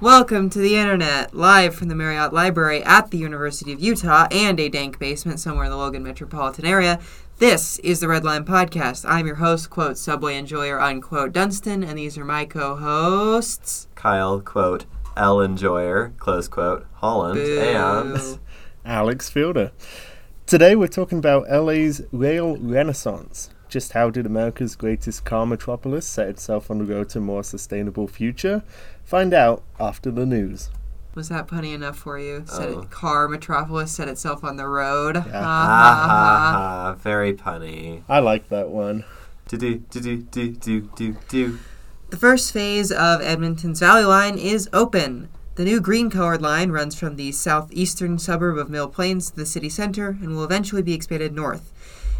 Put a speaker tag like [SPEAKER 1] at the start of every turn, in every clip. [SPEAKER 1] Welcome to the internet, live from the Marriott Library at the University of Utah and a dank basement somewhere in the Logan metropolitan area. This is the Red Line Podcast. I'm your host, quote, Subway Enjoyer, unquote, Dunstan, and these are my co hosts.
[SPEAKER 2] Kyle, quote, Ellen Joyer, close quote, Holland, and
[SPEAKER 3] Alex Fielder. Today we're talking about LA's rail renaissance. Just how did America's greatest car metropolis set itself on the road to a more sustainable future? Find out after the news.
[SPEAKER 1] Was that punny enough for you? Set
[SPEAKER 2] Oh.
[SPEAKER 1] it, car metropolis set itself on the road. Ha,
[SPEAKER 2] ha
[SPEAKER 3] Yeah.
[SPEAKER 1] ha, ha.
[SPEAKER 2] ha ha, very punny.
[SPEAKER 3] I like that one.
[SPEAKER 2] Do do do do do do do do.
[SPEAKER 1] The first phase of Edmonton's Valley Line is open. The new green colored line runs from the southeastern suburb of Mill Plains to the city center and will eventually be expanded north.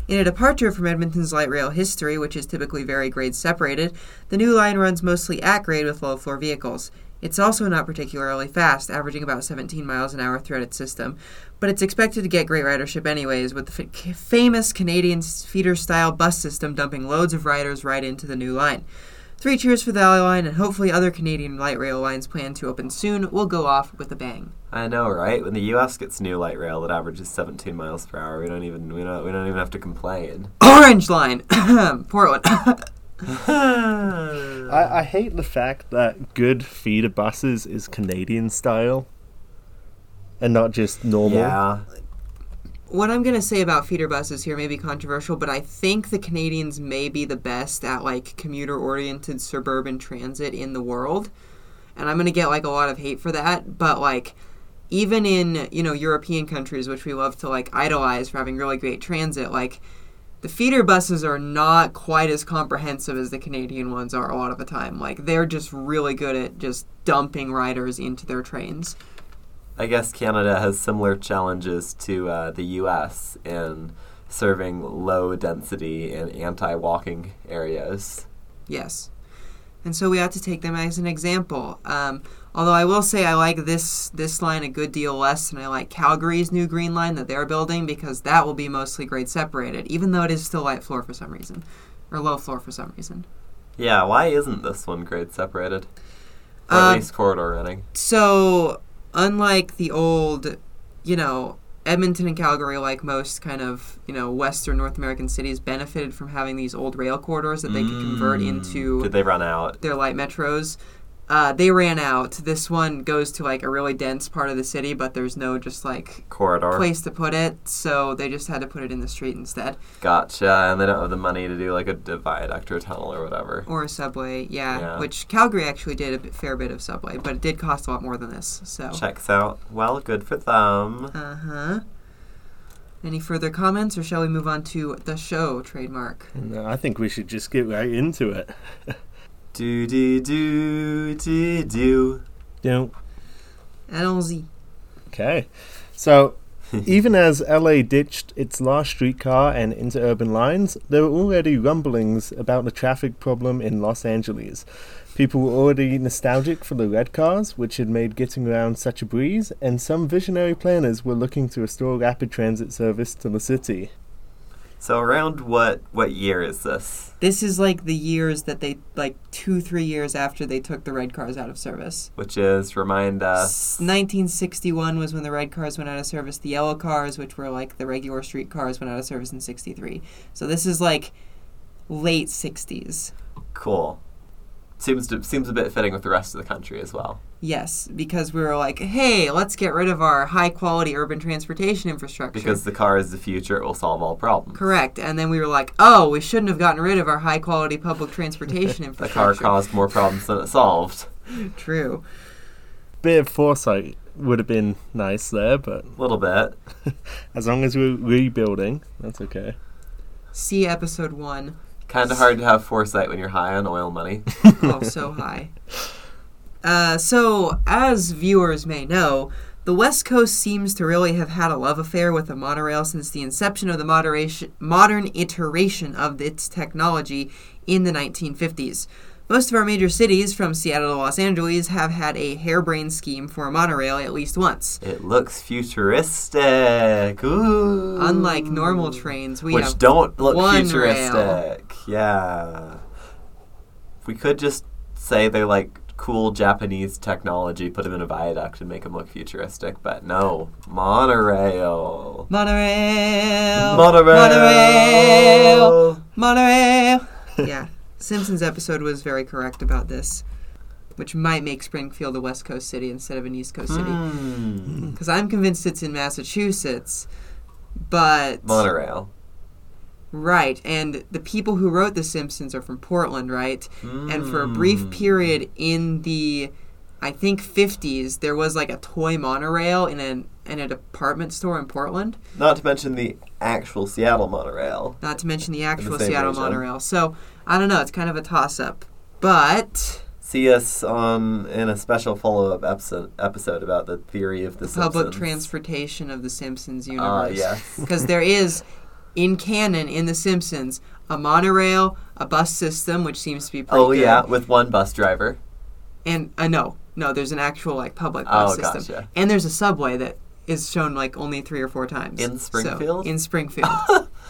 [SPEAKER 1] In a departure from Edmonton's light rail history, which is typically very grade separated, the new line runs mostly at grade with low floor vehicles. It's also not particularly fast, averaging about 17 miles an hour throughout its system, but it's expected to get great ridership anyways, with the f- famous Canadian feeder style bus system dumping loads of riders right into the new line. Three cheers for the Ally Line, and hopefully other Canadian light rail lines planned to open soon will go off with a bang.
[SPEAKER 2] I know, right? When the U.S. gets new light rail that averages 17 miles per hour, we don't even we don't we don't even have to complain.
[SPEAKER 1] Orange Line, Portland.
[SPEAKER 3] I, I hate the fact that good feeder buses is Canadian style and not just normal.
[SPEAKER 2] yeah,
[SPEAKER 1] what I'm gonna say about feeder buses here may be controversial, but I think the Canadians may be the best at like commuter-oriented suburban transit in the world, and I'm gonna get like a lot of hate for that. But like, even in you know European countries, which we love to like idolize for having really great transit, like the feeder buses are not quite as comprehensive as the Canadian ones are a lot of the time. Like they're just really good at just dumping riders into their trains.
[SPEAKER 2] I guess Canada has similar challenges to uh, the U.S. in serving low density and anti-walking areas.
[SPEAKER 1] Yes. And so we ought to take them as an example. Um, although I will say I like this this line a good deal less than I like Calgary's new green line that they're building because that will be mostly grade separated, even though it is still light floor for some reason, or low floor for some reason.
[SPEAKER 2] Yeah, why isn't this one grade separated? Or at
[SPEAKER 1] Um,
[SPEAKER 2] least corridor running.
[SPEAKER 1] So unlike the old, you know, Edmonton and Calgary, like most kind of you know Western North American cities, benefited from having these old rail corridors that they could convert
[SPEAKER 2] Mm.
[SPEAKER 1] into
[SPEAKER 2] Did they run out?
[SPEAKER 1] their light metros. Uh, they ran out. This one goes to like a really dense part of the city, but there's no just like
[SPEAKER 2] Corridor.
[SPEAKER 1] place to put it, so they just had to put it in the street instead
[SPEAKER 2] Gotcha. And they don't have the money to do like a d- viaduct or a tunnel or whatever.
[SPEAKER 1] or a subway. Yeah,
[SPEAKER 2] Yeah.
[SPEAKER 1] which Calgary actually did a bit- fair bit of subway, but it did cost a lot more than this. So
[SPEAKER 2] Checks out. Well, good for them.
[SPEAKER 1] uh huh. Any further comments, or shall we move on to the show trademark?
[SPEAKER 3] No, I think we should just get right into it.
[SPEAKER 2] Do do do do do.
[SPEAKER 3] Don't
[SPEAKER 1] Allons-y.
[SPEAKER 3] Okay. So, even as LA ditched its large streetcar and interurban lines, there were already rumblings about the traffic problem in Los Angeles. People were already nostalgic for the red cars, which had made getting around such a breeze, and some visionary planners were looking to restore rapid transit service to the city.
[SPEAKER 2] So around what what year is this?
[SPEAKER 1] This is like the years that they like two, three years after they took the red cars out of service.
[SPEAKER 2] Which is remind us.
[SPEAKER 1] 1961 was when the red cars went out of service. The yellow cars, which were like the regular street cars, went out of service in 63. So this is like late 60s.
[SPEAKER 2] Cool. Seems to, seems a bit fitting with the rest of the country as well.
[SPEAKER 1] Yes, because we were like, hey, let's get rid of our high quality urban transportation infrastructure.
[SPEAKER 2] Because the car is the future, it will solve all problems.
[SPEAKER 1] Correct. And then we were like, oh, we shouldn't have gotten rid of our high quality public transportation
[SPEAKER 2] The car
[SPEAKER 1] infrastructure.
[SPEAKER 2] caused more problems than it solved.
[SPEAKER 1] True.
[SPEAKER 3] Bit of foresight would have been nice there, but
[SPEAKER 2] A little bit.
[SPEAKER 3] as long as we're rebuilding, that's okay.
[SPEAKER 1] See episode one.
[SPEAKER 2] Kind of hard to have foresight when you're high on oil money.
[SPEAKER 1] oh, so high. Uh, so, as viewers may know, the West Coast seems to really have had a love affair with the monorail since the inception of the moderation, modern iteration of its technology in the 1950s. Most of our major cities, from Seattle to Los Angeles, have had a harebrained scheme for a monorail at least once.
[SPEAKER 2] It looks futuristic. Ooh.
[SPEAKER 1] Unlike normal trains, we
[SPEAKER 2] which
[SPEAKER 1] have
[SPEAKER 2] don't look
[SPEAKER 1] one
[SPEAKER 2] futuristic.
[SPEAKER 1] rail.
[SPEAKER 2] Yeah. We could just say they're like cool Japanese technology, put them in a viaduct and make them look futuristic. But no, monorail.
[SPEAKER 1] Monorail.
[SPEAKER 2] Monorail.
[SPEAKER 1] Oh, Monorail. Monorail. yeah. Simpsons episode was very correct about this, which might make Springfield a West Coast city instead of an East Coast city.
[SPEAKER 2] Hmm.
[SPEAKER 1] Because I'm convinced it's in Massachusetts, but
[SPEAKER 2] Monorail.
[SPEAKER 1] right. And the people who wrote The Simpsons are from Portland, right? And for a brief
[SPEAKER 2] Hmm.
[SPEAKER 1] period in the, I think 50s, there was like a toy monorail in an in a department store in Portland.
[SPEAKER 2] Not to mention the actual Seattle monorail.
[SPEAKER 1] Not to mention the actual
[SPEAKER 2] same
[SPEAKER 1] Seattle
[SPEAKER 2] region.
[SPEAKER 1] monorail. So I don't know. It's kind of a toss up, but.
[SPEAKER 2] See us on in a special follow-up episode, episode about the theory of the
[SPEAKER 1] public
[SPEAKER 2] Simpsons.
[SPEAKER 1] transportation of the Simpsons
[SPEAKER 2] Ah,
[SPEAKER 1] universe.
[SPEAKER 2] yes.
[SPEAKER 1] Because there is, in canon, in The Simpsons, a monorail, a bus system, which seems to be pretty
[SPEAKER 2] Oh
[SPEAKER 1] good.
[SPEAKER 2] yeah, with one bus driver.
[SPEAKER 1] And, uh, no, no, there's an actual, like, public bus
[SPEAKER 2] Oh,
[SPEAKER 1] system.
[SPEAKER 2] gotcha.
[SPEAKER 1] And there's a subway that is shown, like, only three or four times.
[SPEAKER 2] In
[SPEAKER 1] So-
[SPEAKER 2] Springfield?
[SPEAKER 1] in Springfield.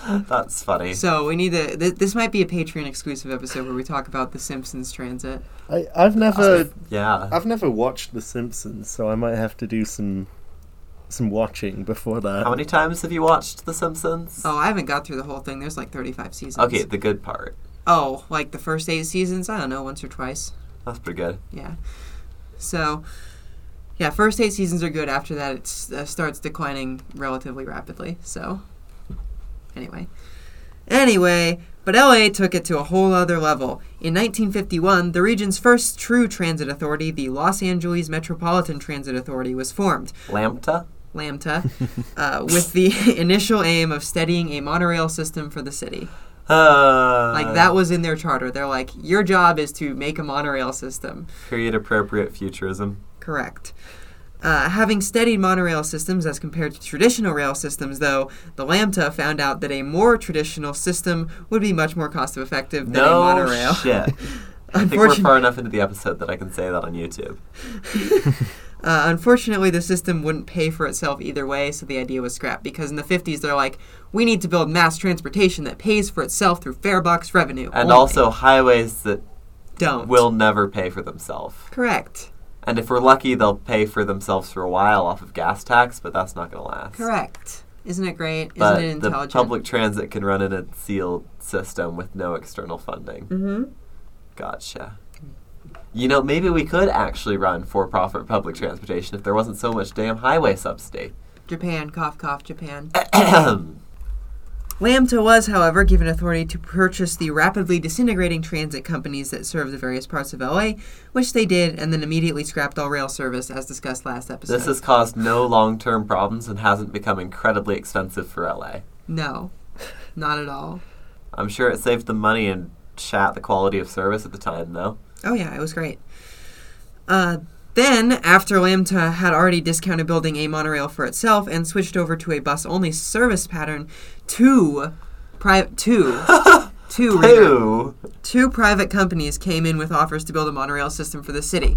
[SPEAKER 2] That's funny.
[SPEAKER 1] so we need to, th- this might be a Patreon exclusive episode where we talk about The Simpsons transit.
[SPEAKER 3] I, I've never
[SPEAKER 2] yeah.
[SPEAKER 3] I've never watched The Simpsons, so I might have to do some some watching before that.
[SPEAKER 2] How many times have you watched The Simpsons?
[SPEAKER 1] Oh, I haven't got through the whole thing. There's, like, 35 seasons.
[SPEAKER 2] Okay, the good part.
[SPEAKER 1] Oh, like the first eight seasons? I don't know, once or twice.
[SPEAKER 2] That's pretty good.
[SPEAKER 1] Yeah. So, yeah, first eight seasons are good. After that, it uh, starts declining relatively rapidly. So, anyway. Anyway, but LA took it to a whole other level. In 1951, the region's first true transit authority, the Los Angeles Metropolitan Transit Authority, was formed.
[SPEAKER 2] Lambda?
[SPEAKER 1] Lambda, uh, with the initial aim of steadying a monorail system for the city.
[SPEAKER 2] Uh,
[SPEAKER 1] Like, that was in their charter. They're like, your job is to make a monorail system.
[SPEAKER 2] Create appropriate futurism.
[SPEAKER 1] Correct. Uh, having studied monorail systems as compared to traditional rail systems, though, the Lambda found out that a more traditional system would be much more cost effective than
[SPEAKER 2] no
[SPEAKER 1] a monorail.
[SPEAKER 2] shit. I think we're
[SPEAKER 1] Unfortunately,
[SPEAKER 2] far enough into the episode that I can say that on YouTube.
[SPEAKER 1] uh, unfortunately, the system wouldn't pay for itself either way, so the idea was scrapped. Because in the 50s, they're like, we need to build mass transportation that pays for itself through fare box revenue.
[SPEAKER 2] And
[SPEAKER 1] only."
[SPEAKER 2] also highways that
[SPEAKER 1] don't.
[SPEAKER 2] will never pay for themselves.
[SPEAKER 1] Correct.
[SPEAKER 2] And if we're lucky, they'll pay for themselves for a while off of gas tax, but that's not going to last.
[SPEAKER 1] Correct. Isn't it great?
[SPEAKER 2] But
[SPEAKER 1] Isn't it
[SPEAKER 2] the
[SPEAKER 1] intelligent?
[SPEAKER 2] public transit can run in a sealed system with no external funding.
[SPEAKER 1] hmm
[SPEAKER 2] Gotcha. You know, maybe we could actually run for profit public transportation if there wasn't so much damn highway subsidy.
[SPEAKER 1] Japan, cough, cough, Japan.
[SPEAKER 2] That's
[SPEAKER 1] Lambda was, however, given authority to purchase the rapidly disintegrating transit companies that served the various parts of LA, which they did, and then immediately scrapped all rail service, as discussed last episode.
[SPEAKER 2] This has caused no long term problems and hasn't become incredibly expensive for LA.
[SPEAKER 1] no, not at all.
[SPEAKER 2] I'm sure it saved them money and shat the quality of service at the time, though.
[SPEAKER 1] Oh yeah, it was great. Uh, then, after Lambda had already discounted building a monorail for itself and switched over to a bus-only service pattern, two, pri- two, two, reader,
[SPEAKER 2] Pooh!
[SPEAKER 1] two private companies came in with offers to build a monorail system for the city.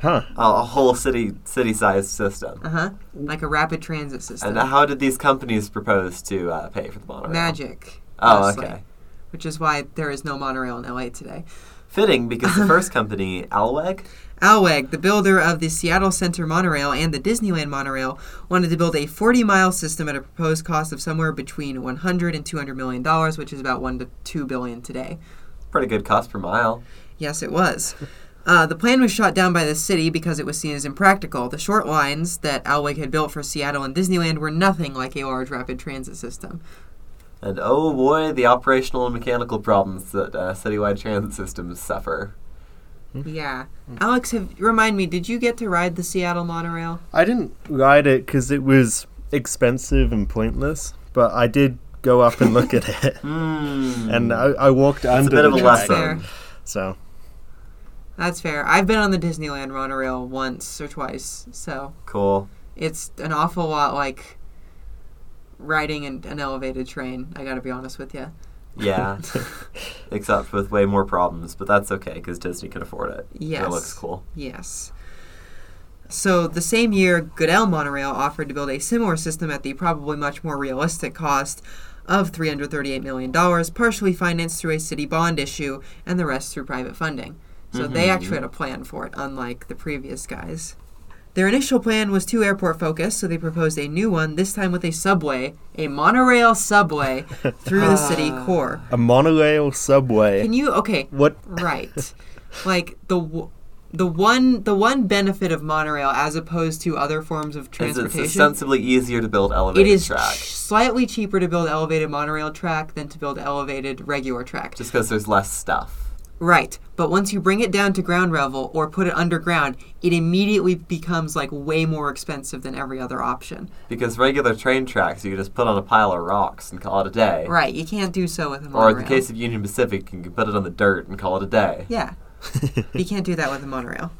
[SPEAKER 3] Huh.
[SPEAKER 2] A a whole city city sized system.
[SPEAKER 1] Uh huh. Like a rapid transit system.
[SPEAKER 2] And how did these companies propose to uh, pay for the monorail?
[SPEAKER 1] Magic.
[SPEAKER 2] Oh,
[SPEAKER 1] mostly,
[SPEAKER 2] okay.
[SPEAKER 1] Which is why there is no monorail in LA today.
[SPEAKER 2] Fitting because the first company, Alweg,
[SPEAKER 1] Alweg, the builder of the Seattle Center monorail and the Disneyland monorail, wanted to build a 40 mile system at a proposed cost of somewhere between 100 and 200 million dollars, which is about 1 to 2 billion today.
[SPEAKER 2] pretty good cost per mile.
[SPEAKER 1] Yes, it was. Uh, the plan was shot down by the city because it was seen as impractical. The short lines that Alweg had built for Seattle and Disneyland were nothing like a large rapid transit system.
[SPEAKER 2] And oh boy, the operational and mechanical problems that uh, citywide transit systems suffer.
[SPEAKER 1] Yeah. Alex, have, remind me, did you get to ride the Seattle monorail?
[SPEAKER 3] I didn't ride it because it was expensive and pointless, but I did go up and look at it,
[SPEAKER 2] Hmm.
[SPEAKER 3] and I, I walked
[SPEAKER 2] it's
[SPEAKER 3] under
[SPEAKER 2] a bit of a
[SPEAKER 3] the
[SPEAKER 1] track.
[SPEAKER 2] lesson.
[SPEAKER 3] track, So
[SPEAKER 1] That's fair. I've been on the Disneyland monorail once or twice, so
[SPEAKER 2] Cool.
[SPEAKER 1] it's an awful lot like riding an, an elevated train. I gotta be honest with you.
[SPEAKER 2] Yeah. Except with way more problems, but that's okay because Disney can afford it.
[SPEAKER 1] Yes.
[SPEAKER 2] It looks cool.
[SPEAKER 1] Yes. So the same year, Goodell Monorail offered to build a similar system at the probably much more realistic cost of $338 million, partially financed through a city bond issue and the rest through private funding. So they actually had a plan for it, unlike the previous guys. Their initial plan was too airport focused, so they proposed a new one, this time with a subway, a monorail subway through the city core.
[SPEAKER 3] A monorail subway.
[SPEAKER 1] Can you, okay,
[SPEAKER 3] what?
[SPEAKER 1] right. like the. W- the one the one benefit of monorail as opposed to other forms of
[SPEAKER 2] Is
[SPEAKER 1] transportation
[SPEAKER 2] it's sensibly easier to build
[SPEAKER 1] it
[SPEAKER 2] elevated
[SPEAKER 1] is
[SPEAKER 2] track
[SPEAKER 1] ch- slightly cheaper to build elevated monorail track than to build elevated regular track.
[SPEAKER 2] just because there's less stuff.
[SPEAKER 1] Right, but once you bring it down to ground level or put it underground, it immediately becomes like way more expensive than every other option.
[SPEAKER 2] Because regular train tracks, you can just put on a pile of rocks and call it a day.
[SPEAKER 1] Right, you can't do so with a
[SPEAKER 2] Or
[SPEAKER 1] monorail.
[SPEAKER 2] in the case of Union Pacific, you can put it on the dirt and call it a day.
[SPEAKER 1] yeah, you can't do that with a monorail.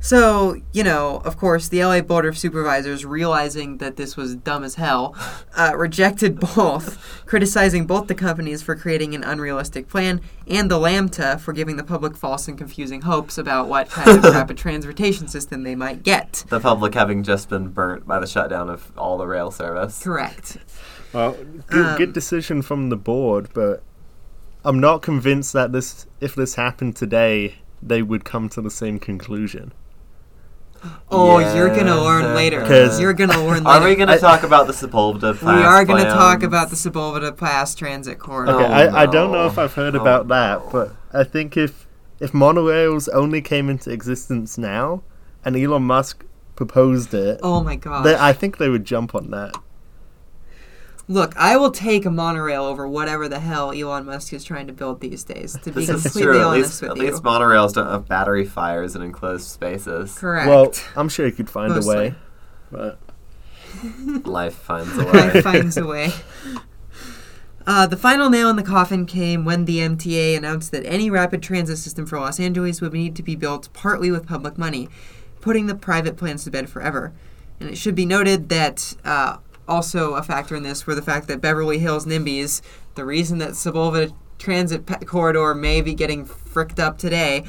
[SPEAKER 1] So, you know, of course, the LA Board of Supervisors, realizing that this was dumb as hell, uh, rejected both, criticizing both the companies for creating an unrealistic plan and the LAMTA for giving the public false and confusing hopes about what kind of rapid transportation system they might get.
[SPEAKER 2] The public having just been burnt by the shutdown of all the rail service.
[SPEAKER 1] Correct.
[SPEAKER 3] Well, good,
[SPEAKER 1] Um,
[SPEAKER 3] good decision from the board, but I'm not convinced that this, if this happened today, they would come to the same conclusion.
[SPEAKER 1] Oh, you're gonna learn
[SPEAKER 2] Yeah.
[SPEAKER 1] later.
[SPEAKER 3] 'Cause-
[SPEAKER 1] You're gonna learn
[SPEAKER 2] Are
[SPEAKER 1] later.
[SPEAKER 2] we going
[SPEAKER 3] I-
[SPEAKER 2] to talk about the Sepulveda
[SPEAKER 1] We are gonna talk about the Sepulveda Pass Transit Corridor.
[SPEAKER 3] Okay,
[SPEAKER 2] Oh,
[SPEAKER 3] I, I don't know
[SPEAKER 2] no.
[SPEAKER 3] if I've heard
[SPEAKER 2] Oh,
[SPEAKER 3] about that,
[SPEAKER 2] no.
[SPEAKER 3] but I think if if monorails only came into existence now, and Elon Musk proposed it,
[SPEAKER 1] Oh my god.
[SPEAKER 3] they, I think they would jump on that.
[SPEAKER 1] Look, I will take a monorail over whatever the hell Elon Musk is trying to build these days. To be
[SPEAKER 2] This is
[SPEAKER 1] completely
[SPEAKER 2] true. At
[SPEAKER 1] honest
[SPEAKER 2] least, at
[SPEAKER 1] with you.
[SPEAKER 2] least monorails don't have battery fires in enclosed spaces.
[SPEAKER 1] Correct.
[SPEAKER 3] Well, I'm sure he could find
[SPEAKER 1] Mostly.
[SPEAKER 3] a way. But
[SPEAKER 2] Life finds a
[SPEAKER 1] Life
[SPEAKER 2] way.
[SPEAKER 1] finds a way. Uh, the final nail in the coffin came when the MTA announced that any rapid transit system for Los Angeles would need to be built partly with public money, putting the private plans to bed forever. And it should be noted that uh, also a factor in this were the fact that Beverly Hills NIMBYs, the reason that Sepulveda Transit pe- Corridor may be getting fricked up today,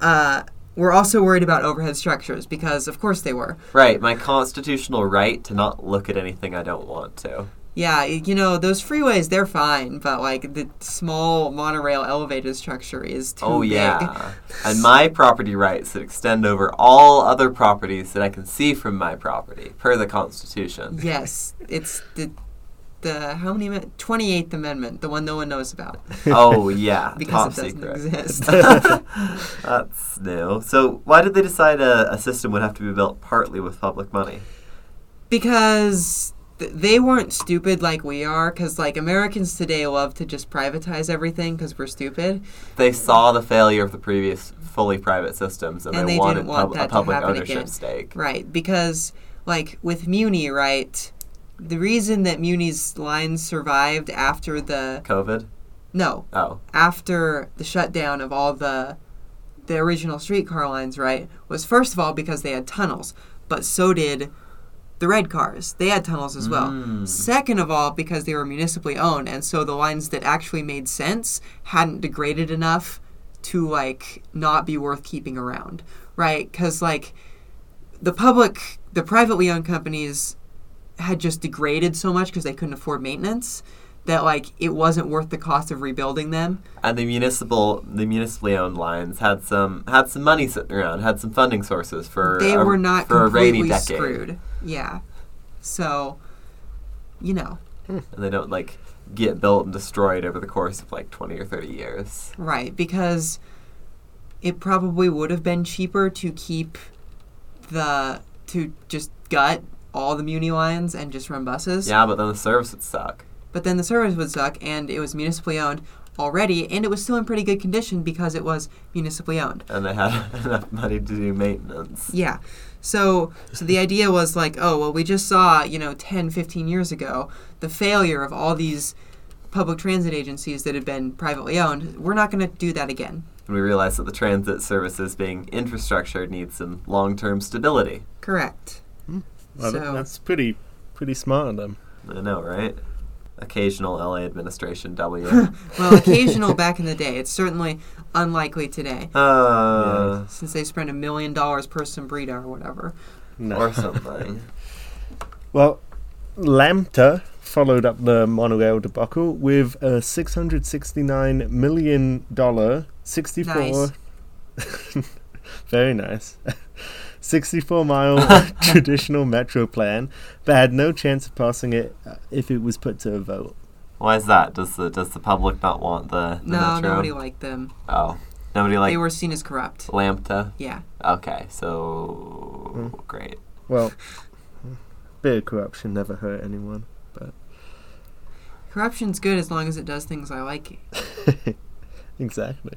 [SPEAKER 1] uh, were also worried about overhead structures because, of course, they were.
[SPEAKER 2] right, my constitutional right to not look at anything I don't want to.
[SPEAKER 1] Yeah, y- you know those freeways, they're fine, but like the small monorail elevated structure is too
[SPEAKER 2] Oh
[SPEAKER 1] big.
[SPEAKER 2] yeah. And my property rights that extend over all other properties that I can see from my property, per the Constitution.
[SPEAKER 1] Yes, it's the the how many twenty eighth amendment, the one no one knows about
[SPEAKER 2] oh yeah, top
[SPEAKER 1] because it doesn't
[SPEAKER 2] secret.
[SPEAKER 1] exist.
[SPEAKER 2] That's new. So why did they decide a, a system would have to be built partly with public money?
[SPEAKER 1] because th- they weren't stupid like we are. Because like Americans today love to just privatize everything because we're stupid.
[SPEAKER 2] They saw the failure of the previous fully private systems, and,
[SPEAKER 1] And they
[SPEAKER 2] they,
[SPEAKER 1] didn't
[SPEAKER 2] wanted
[SPEAKER 1] want
[SPEAKER 2] pub-
[SPEAKER 1] that
[SPEAKER 2] a
[SPEAKER 1] to
[SPEAKER 2] public
[SPEAKER 1] happen
[SPEAKER 2] ownership
[SPEAKER 1] again.
[SPEAKER 2] stake.
[SPEAKER 1] Right, because like with Muni, right, the reason that Muni's lines survived after the
[SPEAKER 2] COVID.
[SPEAKER 1] no
[SPEAKER 2] Oh,
[SPEAKER 1] after the shutdown of all the the original streetcar lines, right, was first of all because they had tunnels, but so did the red cars. They had tunnels as well.
[SPEAKER 2] Mm.
[SPEAKER 1] Second of all, because they were municipally owned, and so the lines that actually made sense hadn't degraded enough to like not be worth keeping around, right? Because like the public, the privately owned companies had just degraded so much because they couldn't afford maintenance that like it wasn't worth the cost of rebuilding them.
[SPEAKER 2] and the municipal, the municipally owned lines had some had some money sitting around, had some funding sources for
[SPEAKER 1] they
[SPEAKER 2] a,
[SPEAKER 1] were not
[SPEAKER 2] for a rainy
[SPEAKER 1] completely
[SPEAKER 2] decade,
[SPEAKER 1] screwed. Yeah. So, you know,
[SPEAKER 2] and they don't like get built and destroyed over the course of like twenty or thirty years.
[SPEAKER 1] right because it probably would have been cheaper to keep the to just gut all the muni lines and just run buses.
[SPEAKER 2] Yeah, but then the service would suck.
[SPEAKER 1] But then the service would suck, and it was municipally owned already, and it was still in pretty good condition because it was municipally owned.
[SPEAKER 2] and they had enough money to do maintenance.
[SPEAKER 1] Yeah. So so the idea was like, oh, well we just saw, you know, 10, 15 years ago the failure of all these public transit agencies that had been privately owned. We're not going to do that again.
[SPEAKER 2] And we realized that the transit services being infrastructure needs some long term stability.
[SPEAKER 1] Correct.
[SPEAKER 3] well,
[SPEAKER 1] So-
[SPEAKER 3] that's pretty pretty smart of them.
[SPEAKER 2] I know, right? Occasional LA administration W.
[SPEAKER 1] Well, occasional back in the day. It's certainly unlikely today
[SPEAKER 2] uh,
[SPEAKER 1] since they spend a million dollars per sombrita or whatever.
[SPEAKER 3] No.
[SPEAKER 2] Or something.
[SPEAKER 3] Well, Lambda followed up the monorail debacle with a $669 million, 64.
[SPEAKER 1] Nice.
[SPEAKER 3] very nice. 64 mile traditional metro plan, but had no chance of passing it uh, if it was put to a vote.
[SPEAKER 2] Why is that? Does the does the public not want the, the
[SPEAKER 1] No,
[SPEAKER 2] metro?
[SPEAKER 1] nobody liked them.
[SPEAKER 2] oh, nobody
[SPEAKER 1] they
[SPEAKER 2] like
[SPEAKER 1] were seen as corrupt.
[SPEAKER 2] Lambda.
[SPEAKER 1] Yeah.
[SPEAKER 2] Okay, so
[SPEAKER 3] Hmm.
[SPEAKER 2] great.
[SPEAKER 3] Well, bit of corruption never hurt anyone.
[SPEAKER 1] Corruption's good as long as it does things I like.
[SPEAKER 3] Exactly.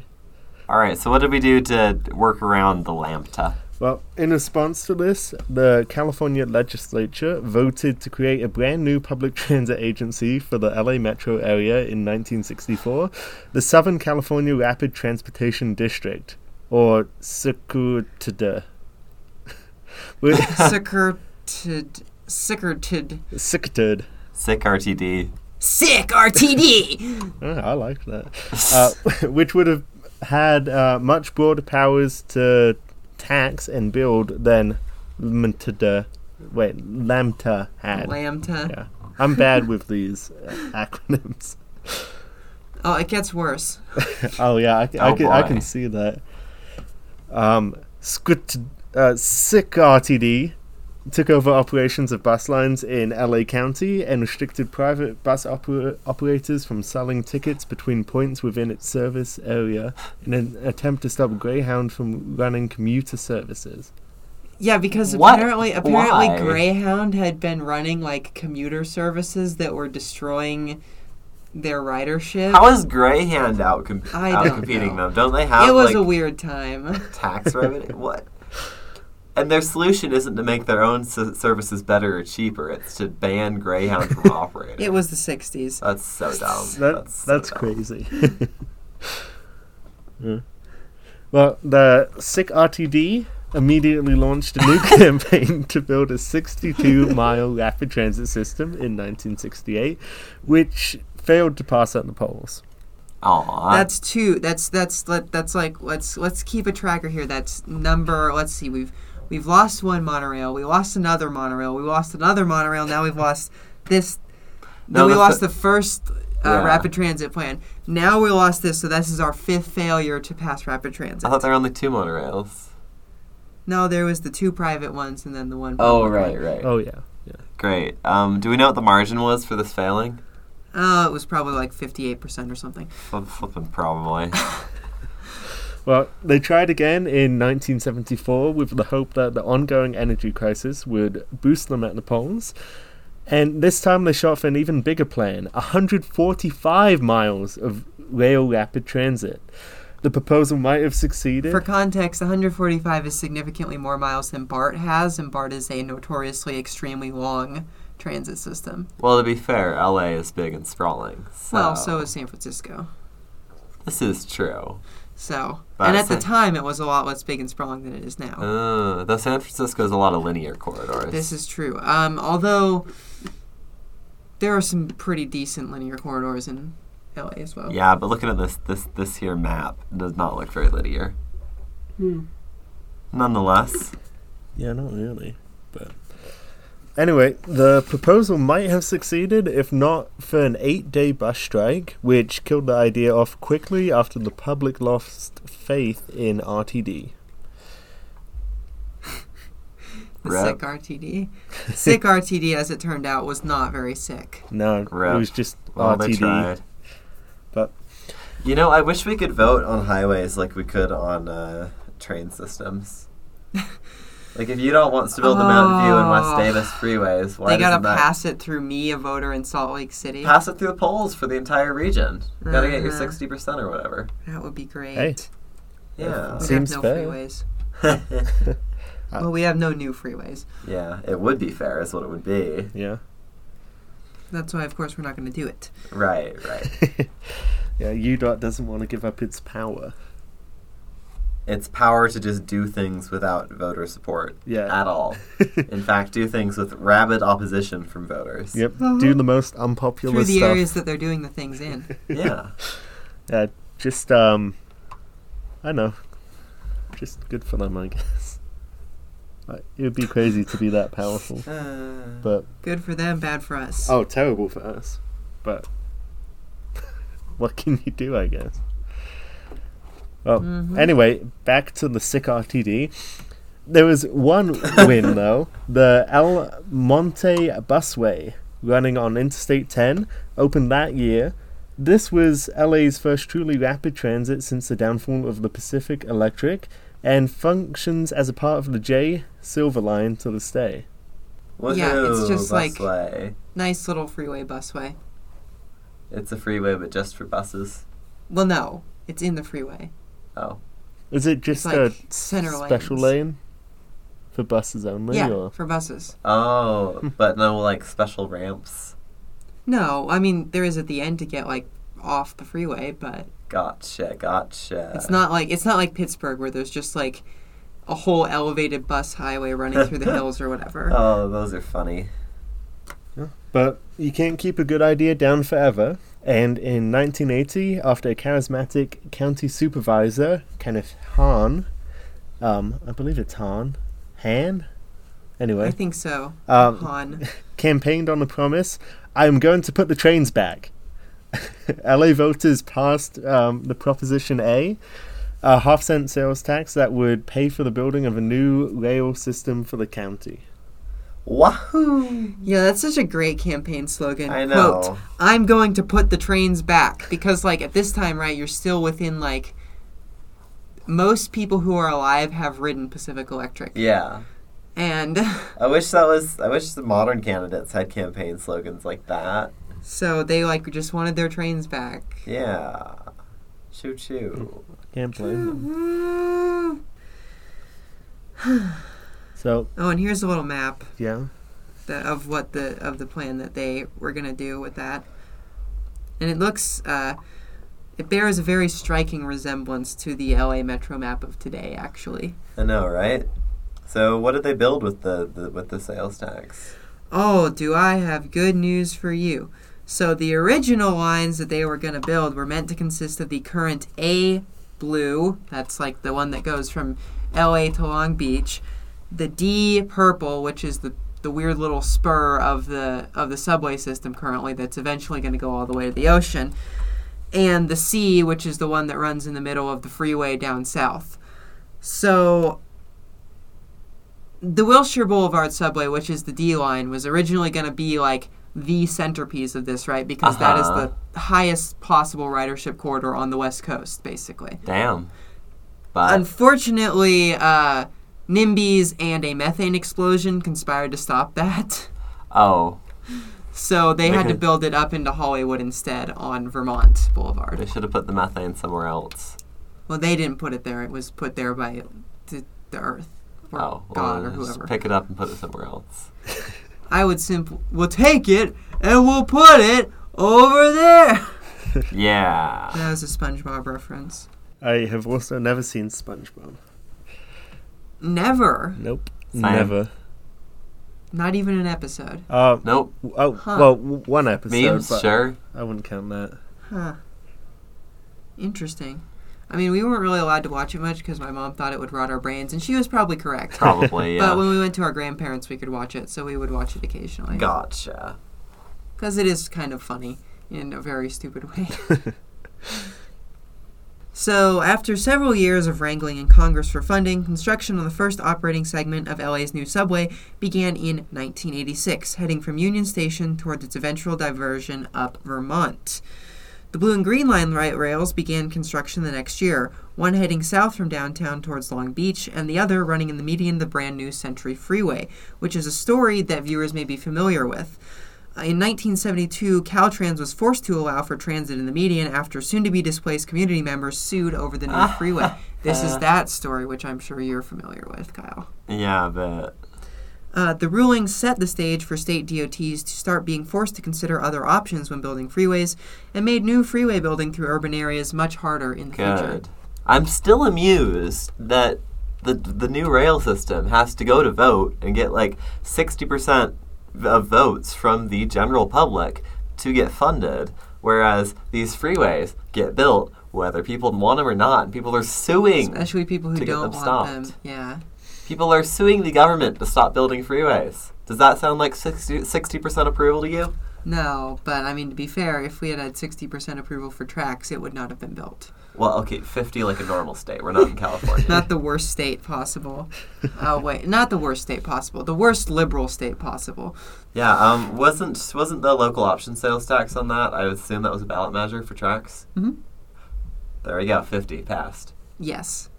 [SPEAKER 2] All right, so what did we do to work around the Lambda?
[SPEAKER 3] Well, in response to this, the California legislature voted to create a brand new public transit agency for the LA metro area in 1964, the Southern California Rapid Transportation District, or SCRTD. With-
[SPEAKER 1] Sickerted. Sickerted.
[SPEAKER 3] SCRTD.
[SPEAKER 2] Sick RTD.
[SPEAKER 1] Sick RTD!
[SPEAKER 3] Oh, I like that. uh, which would have had uh, much broader powers to tax and build than Lambda. Wait, Lambda had.
[SPEAKER 1] Lambda.
[SPEAKER 3] Yeah. I'm bad with these uh, acronyms.
[SPEAKER 1] Oh, it gets worse.
[SPEAKER 3] Oh yeah, I, c- I
[SPEAKER 2] Oh,
[SPEAKER 3] can, I
[SPEAKER 2] boy.
[SPEAKER 3] can see that. Um, Squid, uh, Sick RTD took over operations of bus lines in LA County and restricted private bus oper- operators from selling tickets between points within its service area in an attempt to stop Greyhound from running commuter services.
[SPEAKER 1] Yeah, because
[SPEAKER 2] What?
[SPEAKER 1] apparently apparently
[SPEAKER 2] Why?
[SPEAKER 1] Greyhound had been running like commuter services that were destroying their ridership.
[SPEAKER 2] How is Greyhound out, com-
[SPEAKER 1] I
[SPEAKER 2] out
[SPEAKER 1] don't
[SPEAKER 2] competing
[SPEAKER 1] know.
[SPEAKER 2] them? Don't they have
[SPEAKER 1] it was
[SPEAKER 2] like,
[SPEAKER 1] a weird time.
[SPEAKER 2] tax revenue? what? And their solution isn't to make their own s- services better or cheaper. It's to ban Greyhound from operating.
[SPEAKER 1] It was the 60s.
[SPEAKER 2] that's so dumb.
[SPEAKER 3] That,
[SPEAKER 2] that's
[SPEAKER 3] that's
[SPEAKER 2] so dumb.
[SPEAKER 3] crazy. Yeah. Well, the Sick RTD immediately launched a new campaign to build a 62 mile rapid transit system in 1968, which failed to pass at the polls.
[SPEAKER 2] Aw,
[SPEAKER 1] That's two. That's that's let, that's like let's let's keep a tracker here. That's number. Let's see. We've we've lost one monorail. We lost another monorail. We lost another monorail. Now we've lost this.
[SPEAKER 2] No,
[SPEAKER 1] Then we
[SPEAKER 2] that's
[SPEAKER 1] lost
[SPEAKER 2] the-
[SPEAKER 1] the first uh,
[SPEAKER 2] Yeah.
[SPEAKER 1] rapid transit plan. Now we lost this. So this is our fifth failure to pass rapid transit.
[SPEAKER 2] I thought there were only two monorails.
[SPEAKER 1] no, there was the two private ones and then the one.
[SPEAKER 2] Oh
[SPEAKER 1] public
[SPEAKER 2] right,
[SPEAKER 1] one.
[SPEAKER 2] right.
[SPEAKER 3] Oh, yeah.
[SPEAKER 2] Great. Um, do we know what the margin was for this failing?
[SPEAKER 1] Uh, it was probably like fifty-eight percent or something.
[SPEAKER 2] Fl- Flipping probably.
[SPEAKER 3] Well, they tried again in 1974 with the hope that the ongoing energy crisis would boost them at the polls. And this time they shot for an even bigger plan 145 miles of rail rapid transit. The proposal might have succeeded.
[SPEAKER 1] For context, 145 is significantly more miles than BART has, and BART is a notoriously extremely long transit system.
[SPEAKER 2] well, to be fair, LA is big and sprawling. So
[SPEAKER 1] Well, so is San Francisco.
[SPEAKER 2] this is true.
[SPEAKER 1] So,
[SPEAKER 2] But
[SPEAKER 1] and
[SPEAKER 2] I
[SPEAKER 1] at the
[SPEAKER 2] think-
[SPEAKER 1] time, it was a lot less big and sprawling than it is now.
[SPEAKER 2] Uh, though San Francisco has a lot of linear corridors.
[SPEAKER 1] This is true. Um, although there are some pretty decent linear corridors in LA as well.
[SPEAKER 2] yeah, but looking at this this this here map does not look very linear.
[SPEAKER 1] Hmm.
[SPEAKER 2] Nonetheless,
[SPEAKER 3] Yeah, not really. But anyway, the proposal might have succeeded if not for an eight-day bus strike, which killed the idea off quickly after the public lost faith in RTD.
[SPEAKER 1] The
[SPEAKER 2] Rep.
[SPEAKER 1] sick RTD. sick RTD, as it turned out, was not very sick.
[SPEAKER 3] No,
[SPEAKER 2] Rip.
[SPEAKER 3] it was just
[SPEAKER 2] well, they
[SPEAKER 3] RTD.
[SPEAKER 2] tried.
[SPEAKER 3] But
[SPEAKER 2] You know, I wish we could vote on highways like we could on uh, train systems. like, if UDOT wants to build the Mountain View and West
[SPEAKER 1] Oh.
[SPEAKER 2] Davis freeways, why
[SPEAKER 1] they gotta
[SPEAKER 2] doesn't that
[SPEAKER 1] pass it through me, a voter in Salt Lake City.
[SPEAKER 2] pass it through the polls for the entire region? You Gotta get your
[SPEAKER 1] Uh-huh.
[SPEAKER 2] sixty percent or whatever.
[SPEAKER 1] That would be great.
[SPEAKER 3] Hey.
[SPEAKER 2] Yeah,
[SPEAKER 1] We
[SPEAKER 3] Seems
[SPEAKER 1] have no
[SPEAKER 3] fair.
[SPEAKER 1] freeways. Well, we have no new freeways.
[SPEAKER 2] yeah. It would be fair, is what it would be.
[SPEAKER 3] yeah,
[SPEAKER 1] That's why, of course, we're not going to do it.
[SPEAKER 2] Right, right.
[SPEAKER 3] yeah, UDOT doesn't want to give up its power.
[SPEAKER 2] its power to just do things without voter support
[SPEAKER 3] Yeah.
[SPEAKER 2] at all. In fact, do things with rabid opposition from voters.
[SPEAKER 3] Yep,
[SPEAKER 1] Uh-huh.
[SPEAKER 3] do the most unpopular
[SPEAKER 1] Through the
[SPEAKER 3] stuff.
[SPEAKER 1] areas that they're doing the things in.
[SPEAKER 2] Yeah.
[SPEAKER 3] Yeah, just um, I know, just good for them, I guess. Like, it would be crazy to be that powerful.
[SPEAKER 2] Uh,
[SPEAKER 3] But
[SPEAKER 1] Good for them, bad for us.
[SPEAKER 3] oh, terrible for us. But what can you do? I guess. Well,
[SPEAKER 1] Mhm.
[SPEAKER 3] anyway, back to the sick RTD. There was one win though. The El Monte Busway running on Interstate 10 opened that year. This was LA's first truly rapid transit since the downfall of the Pacific Electric and functions as a part of the J Silver Line to this day.
[SPEAKER 1] Yeah, it's
[SPEAKER 2] woohoo,
[SPEAKER 1] just like-
[SPEAKER 2] busway.
[SPEAKER 1] Nice little freeway busway.
[SPEAKER 2] It's a freeway, but just for buses.
[SPEAKER 1] Well, no, it's in the freeway.
[SPEAKER 2] Oh,
[SPEAKER 3] Is it just
[SPEAKER 1] like
[SPEAKER 3] a
[SPEAKER 1] center
[SPEAKER 3] special
[SPEAKER 1] lanes.
[SPEAKER 3] lane for buses only
[SPEAKER 1] yeah,
[SPEAKER 3] or
[SPEAKER 1] for buses.
[SPEAKER 2] oh, but no like special ramps.
[SPEAKER 1] No, I mean there is at the end to get like off the freeway, but
[SPEAKER 2] Gotcha, gotcha.
[SPEAKER 1] it's not like it's not like Pittsburgh where there's just like a whole elevated bus highway running through the hills or whatever.
[SPEAKER 2] Oh, those are funny.
[SPEAKER 3] But you can't keep a good idea down forever. And in 1980, after a charismatic county supervisor, Kenneth Hahn, um, I believe it's Hahn, Han?
[SPEAKER 1] I
[SPEAKER 3] Anyway,
[SPEAKER 1] think so.
[SPEAKER 3] um,
[SPEAKER 1] Han.
[SPEAKER 3] campaigned on the promise I'm going to put the trains back. LA voters passed um, the Proposition A, a half cent sales tax that would pay for the building of a new rail system for the county.
[SPEAKER 2] Wahoo!
[SPEAKER 1] Yeah, that's such a great campaign slogan.
[SPEAKER 2] I know.
[SPEAKER 1] Quote, I'm going to put the trains back because like at this time, right, you're still within like most people who are alive have ridden Pacific Electric.
[SPEAKER 2] Yeah,
[SPEAKER 1] And
[SPEAKER 2] I wish that was. I wish the modern candidates had campaign slogans like that.
[SPEAKER 1] so they like just wanted their trains back.
[SPEAKER 2] Yeah, choo choo.
[SPEAKER 3] Can't blame them.
[SPEAKER 1] Mhm.
[SPEAKER 3] So,
[SPEAKER 1] Oh, and here's a little map
[SPEAKER 3] yeah.
[SPEAKER 1] that, of what the of the plan that they were gonna do with that. And it looks, uh, it bears a very striking resemblance to the LA Metro map of today, actually.
[SPEAKER 2] I know, right? So, what did they build with the, the with the sales tax?
[SPEAKER 1] Oh, do I have good news for you? So the original lines that they were gonna build were meant to consist of the current A blue, that's like the one that goes from LA to Long Beach, the D purple, which is the the weird little spur of the of the subway system currently that's eventually going to go all the way to the ocean, and the C, which is the one that runs in the middle of the freeway down south. So the Wilshire Boulevard subway, which is the D line, was originally going to be like the centerpiece of this, right? Because that is
[SPEAKER 2] Uh-huh.
[SPEAKER 1] the highest possible ridership corridor on the West Coast, basically.
[SPEAKER 2] Damn. But
[SPEAKER 1] Unfortunately, uh, NIMBYs and a methane explosion conspired to stop that.
[SPEAKER 2] oh,
[SPEAKER 1] So they had to
[SPEAKER 2] Okay.
[SPEAKER 1] build it up into Hollywood instead on Vermont
[SPEAKER 2] they
[SPEAKER 1] Boulevard.
[SPEAKER 2] should have put the methane somewhere else.
[SPEAKER 1] Well, they didn't put it there. It was put there by the, the Earth or
[SPEAKER 2] oh,
[SPEAKER 1] God or
[SPEAKER 2] well, just
[SPEAKER 1] whoever.
[SPEAKER 2] pick it up and put it somewhere else.
[SPEAKER 1] I would simply, we'll take it and we'll put it over there.
[SPEAKER 2] Yeah.
[SPEAKER 1] That was a SpongeBob reference.
[SPEAKER 3] I have also never seen SpongeBob.
[SPEAKER 1] Never.
[SPEAKER 3] Nope.
[SPEAKER 2] Same.
[SPEAKER 3] Never.
[SPEAKER 1] Not even an episode.
[SPEAKER 3] Uh,
[SPEAKER 2] Nope.
[SPEAKER 3] w- oh,
[SPEAKER 1] Huh.
[SPEAKER 3] well, w- one episode.
[SPEAKER 2] Memes,
[SPEAKER 3] but
[SPEAKER 2] sure.
[SPEAKER 3] I wouldn't count that.
[SPEAKER 1] Huh. Interesting. I mean, we weren't really allowed to watch it much because my mom thought it would rot our brains, and she was probably correct.
[SPEAKER 2] Probably.
[SPEAKER 1] But
[SPEAKER 2] Oh, Yeah.
[SPEAKER 1] when we went to our grandparents, we could watch it, so we would watch it occasionally.
[SPEAKER 2] Gotcha.
[SPEAKER 1] Because it is kind of funny in a very stupid way. so, after several years of wrangling in Congress for funding, construction on the first operating segment of LA's new subway began in 1986, heading from Union Station towards its eventual diversion up Vermont. The Blue and Green Line light rails began construction the next year, one heading south from downtown towards Long Beach, and the other running in the median of the brand new Century Freeway, which is a story that viewers may be familiar with. Uh, In 1972, Caltrans was forced to allow for transit in the median after soon to be displaced community members sued over the
[SPEAKER 2] Ah.
[SPEAKER 1] new freeway. This
[SPEAKER 2] Uh.
[SPEAKER 1] is that story, which I'm sure you're familiar with, Kyle.
[SPEAKER 2] Yeah, but
[SPEAKER 1] Uh, the ruling set the stage for state DOTs to start being forced to consider other options when building freeways and made new freeway building through urban areas much harder in the future.
[SPEAKER 2] good. I'm still amused that the the new rail system has to go to vote and get like 60% of votes from the general public to get funded, whereas these freeways get built whether people want them or not. and People are suing.
[SPEAKER 1] Especially people who
[SPEAKER 2] To get
[SPEAKER 1] don't
[SPEAKER 2] them
[SPEAKER 1] want them.
[SPEAKER 2] stopped.
[SPEAKER 1] Yeah.
[SPEAKER 2] People are suing the government to stop building freeways. Does that sound like 60 percent approval to you?
[SPEAKER 1] No, but I mean to be fair, if we had had sixty percent approval for tracks, it would not have been built.
[SPEAKER 2] Well, okay, 50 like a normal state. We're not in California.
[SPEAKER 1] Not the worst state possible. Oh wait, not the worst state possible. The worst liberal state possible.
[SPEAKER 2] yeah, um, wasn't wasn't the local option sales tax on that? I would assume that was a ballot measure for tracks.
[SPEAKER 1] Mhm.
[SPEAKER 2] There we go, 50 passed.
[SPEAKER 1] Yes.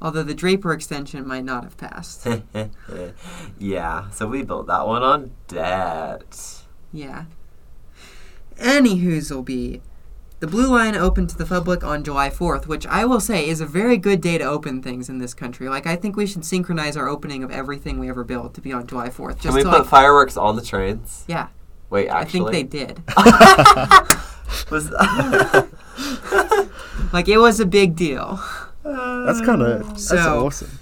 [SPEAKER 1] Although the Draper extension might not have passed.
[SPEAKER 2] yeah, so we built that one on debt.
[SPEAKER 1] Yeah. Any whoozle be. The Blue Line opened to the public on July 4th, which I will say is a very good day to open things in this country. Like, I think we should synchronize our opening of everything we ever build to be on July 4th.
[SPEAKER 2] Can
[SPEAKER 1] Just
[SPEAKER 2] we
[SPEAKER 1] to,
[SPEAKER 2] put
[SPEAKER 1] like,
[SPEAKER 2] fireworks on the trains?
[SPEAKER 1] yeah,
[SPEAKER 2] Wait,
[SPEAKER 1] I think
[SPEAKER 2] actually,
[SPEAKER 1] they did.
[SPEAKER 2] was
[SPEAKER 1] like, it was a big deal.
[SPEAKER 3] That's kind of that's
[SPEAKER 1] So-
[SPEAKER 3] awesome.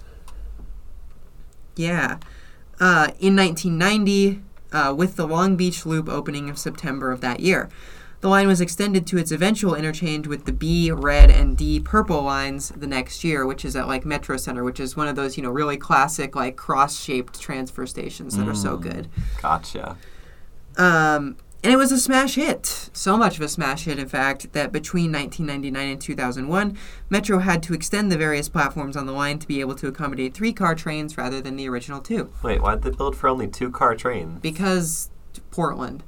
[SPEAKER 1] Yeah. Uh, in 1990, uh, with the Long Beach Loop opening of September of that year, the line was extended to its eventual interchange with the B, red, and D purple lines the next year, which is at like Metro Center, which is one of those, you know, really classic, like cross shaped transfer stations that are so good.
[SPEAKER 2] gotcha.
[SPEAKER 1] Um, and it was a smash hit. So much of a smash hit, in fact, that between 1999 and 2001, Metro had to extend the various platforms on the line to be able to accommodate three car trains rather than the original two.
[SPEAKER 2] Wait, why'd they build for only two car trains?
[SPEAKER 1] because Portland.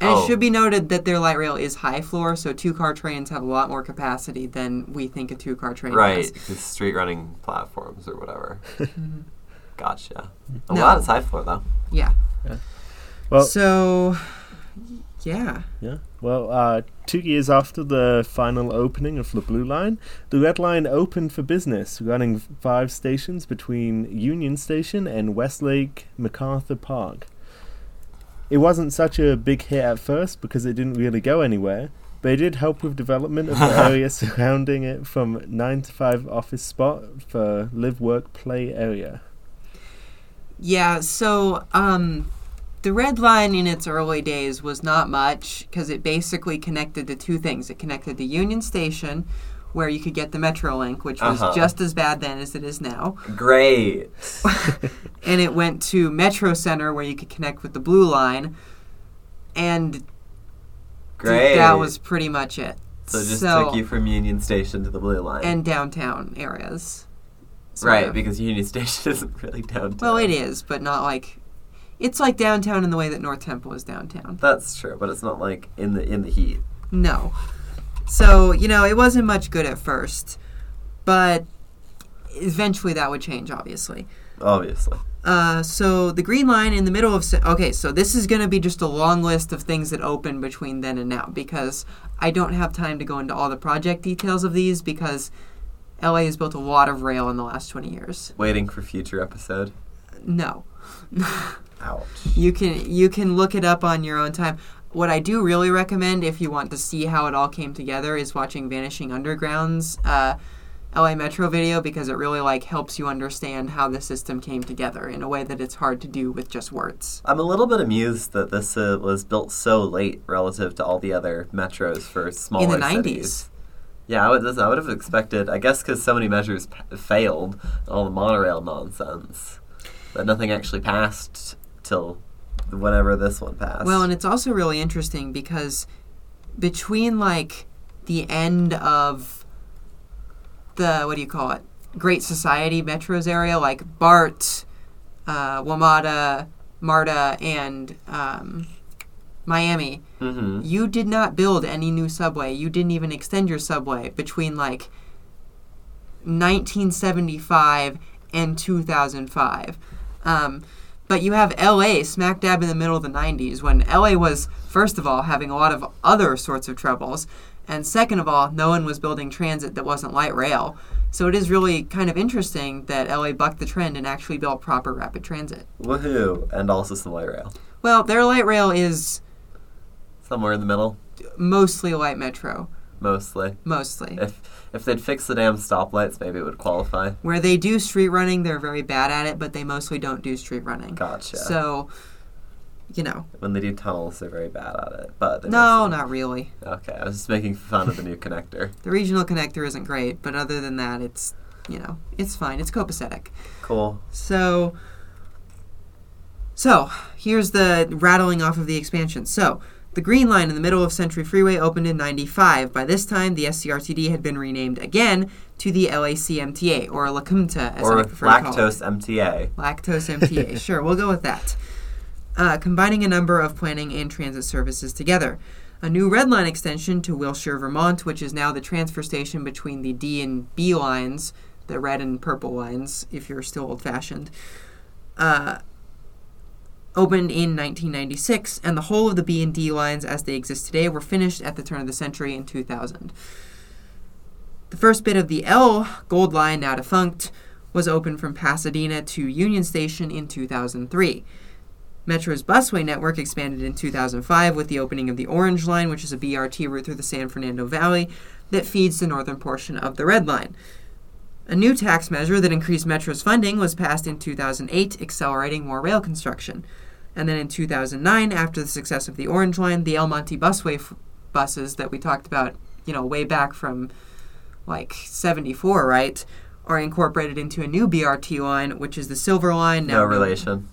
[SPEAKER 1] And
[SPEAKER 2] Oh.
[SPEAKER 1] it should be noted that their light rail is high floor, so two car trains have a lot more capacity than we think a two car train
[SPEAKER 2] Right,
[SPEAKER 1] has.
[SPEAKER 2] the street running platforms or whatever. gotcha. I'm
[SPEAKER 1] No.
[SPEAKER 2] glad it's high floor though.
[SPEAKER 1] Yeah.
[SPEAKER 3] Well-
[SPEAKER 1] so, yeah.
[SPEAKER 3] Yeah. Well, uh, two years after the final opening of the Blue Line, the Red Line opened for business, running five stations between Union Station and Westlake MacArthur Park. It wasn't such a big hit at first because it didn't really go anywhere, but it did help with development of the area surrounding it from 9 to 5 office spot for live, work, play area.
[SPEAKER 1] Yeah, so um, the Red Line in its early days was not much because it basically connected to two things. It connected to Union Station, where you could get the Metrolink, which was
[SPEAKER 2] Uh-huh.
[SPEAKER 1] just as bad then as it is now.
[SPEAKER 2] Great.
[SPEAKER 1] and it went to Metro Center where you could connect with the Blue Line, and th-
[SPEAKER 2] Great.
[SPEAKER 1] that was pretty much it.
[SPEAKER 2] so it just took you from Union Station to the Blue Line.
[SPEAKER 1] and downtown areas, sort
[SPEAKER 2] right,
[SPEAKER 1] of.
[SPEAKER 2] because Union Station isn't really downtown.
[SPEAKER 1] well, it is, but not like it's like downtown in the way that North Temple is downtown.
[SPEAKER 2] That's true, but it's not like in the in the heat.
[SPEAKER 1] No, so you know it wasn't much good at first, but eventually that would change, obviously.
[SPEAKER 2] Obviously.
[SPEAKER 1] Uh, so the green line in the middle of Se- okay so this is going to be just a long list of things that open between then and now because i don't have time to go into all the project details of these because la has built a lot of rail in the last 20 years
[SPEAKER 2] Waiting for future episode.
[SPEAKER 1] no
[SPEAKER 2] Ouch.
[SPEAKER 1] you can you can look it up on your own time what i do really recommend if you want to see how it all came together is watching vanishing undergrounds uh, la metro video because it really like helps you understand how the system came together in a way that it's hard to do with just words
[SPEAKER 2] I'm a little bit amused that this uh, was built so late relative to all the other metros for smaller
[SPEAKER 1] in the 90s
[SPEAKER 2] cities. Yeah, I would, I would have expected, I guess because so many measures p- failed, all the monorail nonsense, that nothing actually passed till whenever this one passed.
[SPEAKER 1] Well, and it's also really interesting because between like the end of the what do you call it, Great Society metros area, like Bart, uh, Wamata, Marta, and um, Miami,
[SPEAKER 2] hmm
[SPEAKER 1] you did not build any new subway. You didn't even extend your subway between like 1975 and 2005. Um, but you have LA smack dab in the middle of the 90s when LA was, first of all, having a lot of other sorts of troubles. And second of all, no one was building transit that wasn't light rail. So it is really kind of interesting that LA bucked the trend and actually built proper rapid transit.
[SPEAKER 2] Woohoo! And also some light rail.
[SPEAKER 1] Well, their light rail is
[SPEAKER 2] Somewhere in the middle,
[SPEAKER 1] mostly light metro.
[SPEAKER 2] mostly.
[SPEAKER 1] Mostly.
[SPEAKER 2] If if they'd fix the damn stoplights, maybe it would qualify.
[SPEAKER 1] Where they do street running, they're very bad at it, but they mostly don't do street running.
[SPEAKER 2] Gotcha.
[SPEAKER 1] So, you know,
[SPEAKER 2] when they do tunnels, they're very bad at it. But they
[SPEAKER 1] no,
[SPEAKER 2] mostly-
[SPEAKER 1] not really.
[SPEAKER 2] Okay, I was just making fun of the new connector.
[SPEAKER 1] The regional connector isn't great, but other than that, it's you know, it's fine. It's copacetic.
[SPEAKER 2] Cool.
[SPEAKER 1] So, so here's the rattling off of the expansion. So, the Green Line in the middle of Century Freeway opened in 95. By this time, the SCRTD had been renamed again to the LACMTA, or La Cunta, as
[SPEAKER 2] or
[SPEAKER 1] I prefer to call it.
[SPEAKER 2] lactose MTA.
[SPEAKER 1] Lactose MTA. sure, we'll go with that. Uh, combining a number of planning and transit services together. A new red line extension to Wilshire, Vermont, which is now the transfer station between the D and B lines, the red and purple lines, if you're still old fashioned, uh, opened in 1996, and the whole of the B and D lines as they exist today were finished at the turn of the century in 2000. The first bit of the L Gold Line, now defunct, was opened from Pasadena to Union Station in 2003. Metro's busway network expanded in 2005 with the opening of the Orange Line, which is a BRT route through the San Fernando Valley that feeds the northern portion of the Red Line. A new tax measure that increased Metro's funding was passed in 2008, accelerating more rail construction. And then in 2009, after the success of the Orange Line, the El Monte busway f- buses that we talked about, you know, way back from like 74, right, are incorporated into a new BRT line, which is the Silver Line.
[SPEAKER 2] No
[SPEAKER 1] now known-
[SPEAKER 2] relation.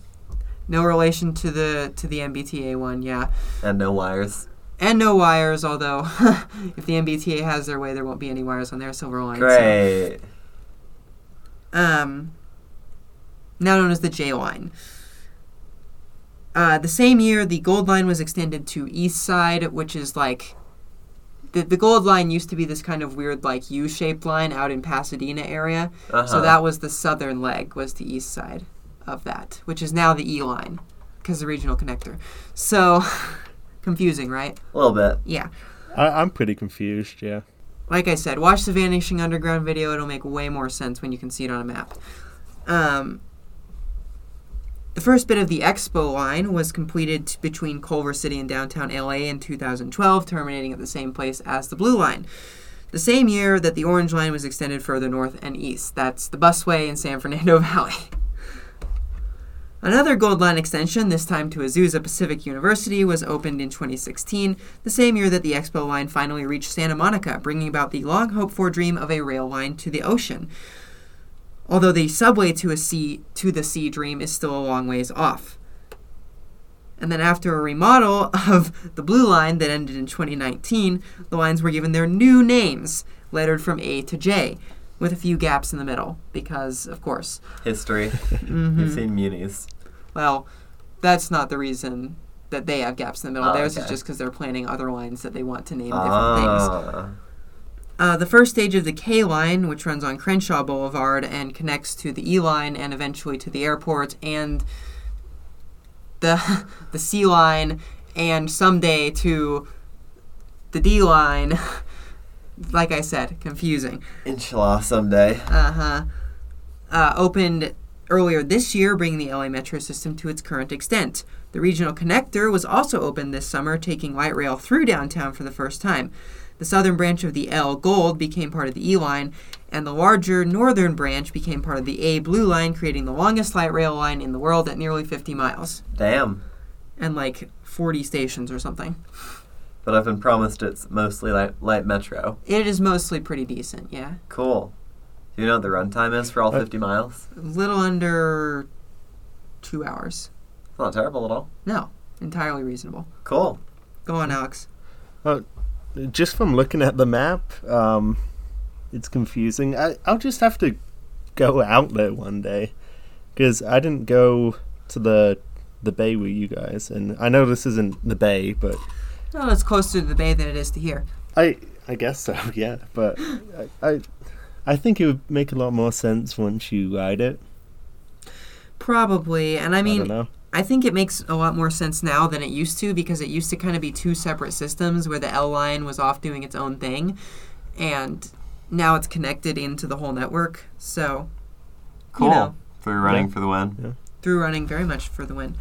[SPEAKER 1] no relation to the to the MBTA one, yeah.
[SPEAKER 2] And no wires.
[SPEAKER 1] And no wires, although if the MBTA has their way, there won't be any wires on their Silver Line. so-
[SPEAKER 2] Great.
[SPEAKER 1] um, now known as the J Line. Uh, the same year, the Gold Line was extended to East Side, which is like. The, the Gold Line used to be this kind of weird, like, U shaped line out in Pasadena area.
[SPEAKER 2] Uh-huh.
[SPEAKER 1] So that was the southern leg, was the east side of that, which is now the E line, because the regional connector. So confusing, right?
[SPEAKER 2] a little bit.
[SPEAKER 1] Yeah.
[SPEAKER 3] I, I'm pretty confused, yeah.
[SPEAKER 1] Like I said, watch the Vanishing Underground video. It'll make way more sense when you can see it on a map. Um, the first bit of the Expo line was completed t- between Culver City and downtown LA in 2012, terminating at the same place as the Blue Line. The same year that the Orange Line was extended further north and east. That's the busway in San Fernando Valley. Another Gold Line extension, this time to Azusa Pacific University, was opened in 2016, the same year that the Expo line finally reached Santa Monica, bringing about the long hoped for dream of a rail line to the ocean. Although the subway to a sea to the sea dream is still a long ways off. And then after a remodel of the Blue Line that ended in 2019, the lines were given their new names, lettered from A to J, with a few gaps in the middle because of course.
[SPEAKER 2] History.
[SPEAKER 1] Mhm.
[SPEAKER 2] You've seen munis.
[SPEAKER 1] Well, that's not the reason that they have gaps in the middle.
[SPEAKER 2] Oh,
[SPEAKER 1] Theirs is
[SPEAKER 2] okay.
[SPEAKER 1] just because they're planning other lines that they want to name different things.
[SPEAKER 2] Ah.
[SPEAKER 1] Uh, the first stage of the K line, which runs on Crenshaw Boulevard and connects to the E line and eventually to the airport and the the C line and someday to the D line. Like I said, confusing.
[SPEAKER 2] Inshallah someday.
[SPEAKER 1] Uh-huh. Uh, opened earlier this year, bringing the LA metro system to its current extent. The regional connector was also opened this summer, taking light rail through downtown for the first time. The southern branch of the L Gold became part of the E line, and the larger northern branch became part of the A Blue line, creating the longest light rail line in the world at nearly 50 miles
[SPEAKER 2] Damn.
[SPEAKER 1] and like 40 stations or something.
[SPEAKER 2] But I've been promised it's mostly light, light metro.
[SPEAKER 1] It is mostly pretty decent, yeah.
[SPEAKER 2] Cool. Do you know what the runtime is for all 50 miles?
[SPEAKER 1] A little under two hours.
[SPEAKER 2] It's not terrible at all.
[SPEAKER 1] No, entirely reasonable.
[SPEAKER 2] Cool.
[SPEAKER 1] Go on, Alex.
[SPEAKER 3] Just from looking at the map, um, it's confusing. I, I'll just have to go out there one day because I didn't go to the the bay with you guys, and I know this isn't the bay, but
[SPEAKER 1] Well, it's closer to the bay than it is to here.
[SPEAKER 3] I I guess so, yeah. But I, I I think it would make a lot more sense once you ride it.
[SPEAKER 1] Probably. And I
[SPEAKER 3] I,
[SPEAKER 1] mean,
[SPEAKER 3] don't know.
[SPEAKER 1] I, think it makes a lot more sense now than it used to because it used to kind of be two separate systems where the L line was off doing its own thing and now it's connected into the whole network. So,
[SPEAKER 2] Cool.
[SPEAKER 1] know.
[SPEAKER 2] For running
[SPEAKER 3] Yeah.
[SPEAKER 2] for the win.
[SPEAKER 1] through running very much for the win.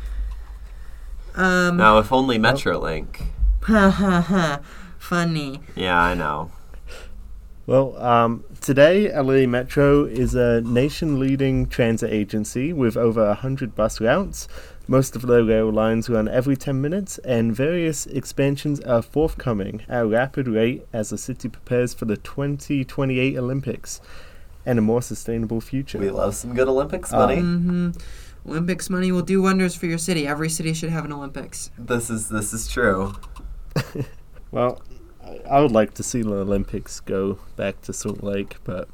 [SPEAKER 1] Um,
[SPEAKER 2] Now, if only Metrolink.
[SPEAKER 1] funny.
[SPEAKER 2] Yeah, I know.
[SPEAKER 3] Well, um, today LA Metro is a nation-leading transit agency with over 100 bus routes. Most of their rail lines run every 10 minutes, and various expansions are forthcoming at a rapid rate as the city prepares for the 2028 Olympics. and a more sustainable future.
[SPEAKER 2] We love some good Olympics money.
[SPEAKER 1] hmm Olympics money will do wonders for your city. Every city should have an Olympics.
[SPEAKER 2] This is this is true.
[SPEAKER 3] Well, I- I would like to see the Olympics go back to Salt Lake, but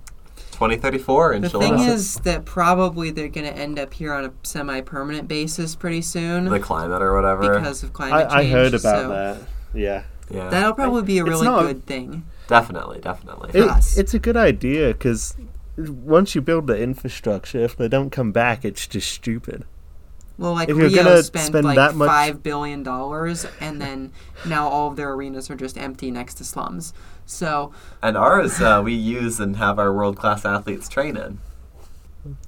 [SPEAKER 2] 2034 in
[SPEAKER 1] The
[SPEAKER 2] July.
[SPEAKER 1] thing is that probably they're going to end up here on a semi-permanent basis pretty soon
[SPEAKER 2] the climate or whatever.
[SPEAKER 1] because of climate
[SPEAKER 3] I, I
[SPEAKER 1] change.
[SPEAKER 3] heard about
[SPEAKER 1] so
[SPEAKER 3] that. Yeah,
[SPEAKER 2] yeah,
[SPEAKER 1] That'll probably be a
[SPEAKER 3] It's
[SPEAKER 1] really
[SPEAKER 3] not-
[SPEAKER 1] good thing.
[SPEAKER 2] definitely, definitely.
[SPEAKER 1] It-
[SPEAKER 3] it,
[SPEAKER 1] Yes.
[SPEAKER 3] it's a good idea because once you build the infrastructure, if they don't come back, it's just stupid.
[SPEAKER 1] Well, like
[SPEAKER 3] If you're
[SPEAKER 1] Rio
[SPEAKER 3] gonna
[SPEAKER 1] spent
[SPEAKER 3] spend
[SPEAKER 1] like
[SPEAKER 3] that much-
[SPEAKER 1] five billion dollars, and then now all of their arenas are just empty next to slums. So
[SPEAKER 2] and ours, uh, we use and have our world class athletes train in.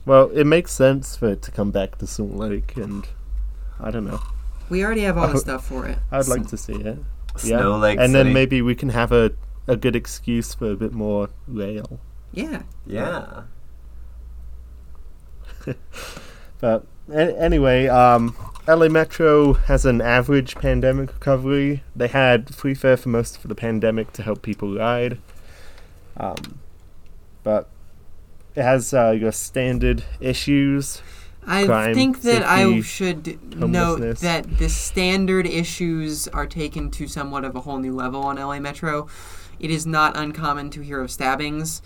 [SPEAKER 3] Well, it makes sense for it to come back to Salt Lake, and I don't know.
[SPEAKER 1] we already have all the
[SPEAKER 3] Oh.
[SPEAKER 1] stuff for it.
[SPEAKER 3] I'd like to see it. Yeah.
[SPEAKER 2] Snow Lake
[SPEAKER 3] and
[SPEAKER 2] City.
[SPEAKER 3] then maybe we can have a, a good excuse for a bit more rail.
[SPEAKER 1] Yeah,
[SPEAKER 2] yeah.
[SPEAKER 3] But a- anyway, um, LA Metro has an average pandemic recovery. They had free fare for most of the pandemic to help people ride. Um, but it has uh, your standard issues.
[SPEAKER 1] I
[SPEAKER 3] Crime,
[SPEAKER 1] think that I
[SPEAKER 3] safety,
[SPEAKER 1] should note
[SPEAKER 3] homelessness.
[SPEAKER 1] that the standard issues are taken to somewhat of a whole new level on LA Metro. It is not uncommon to hear of stabbings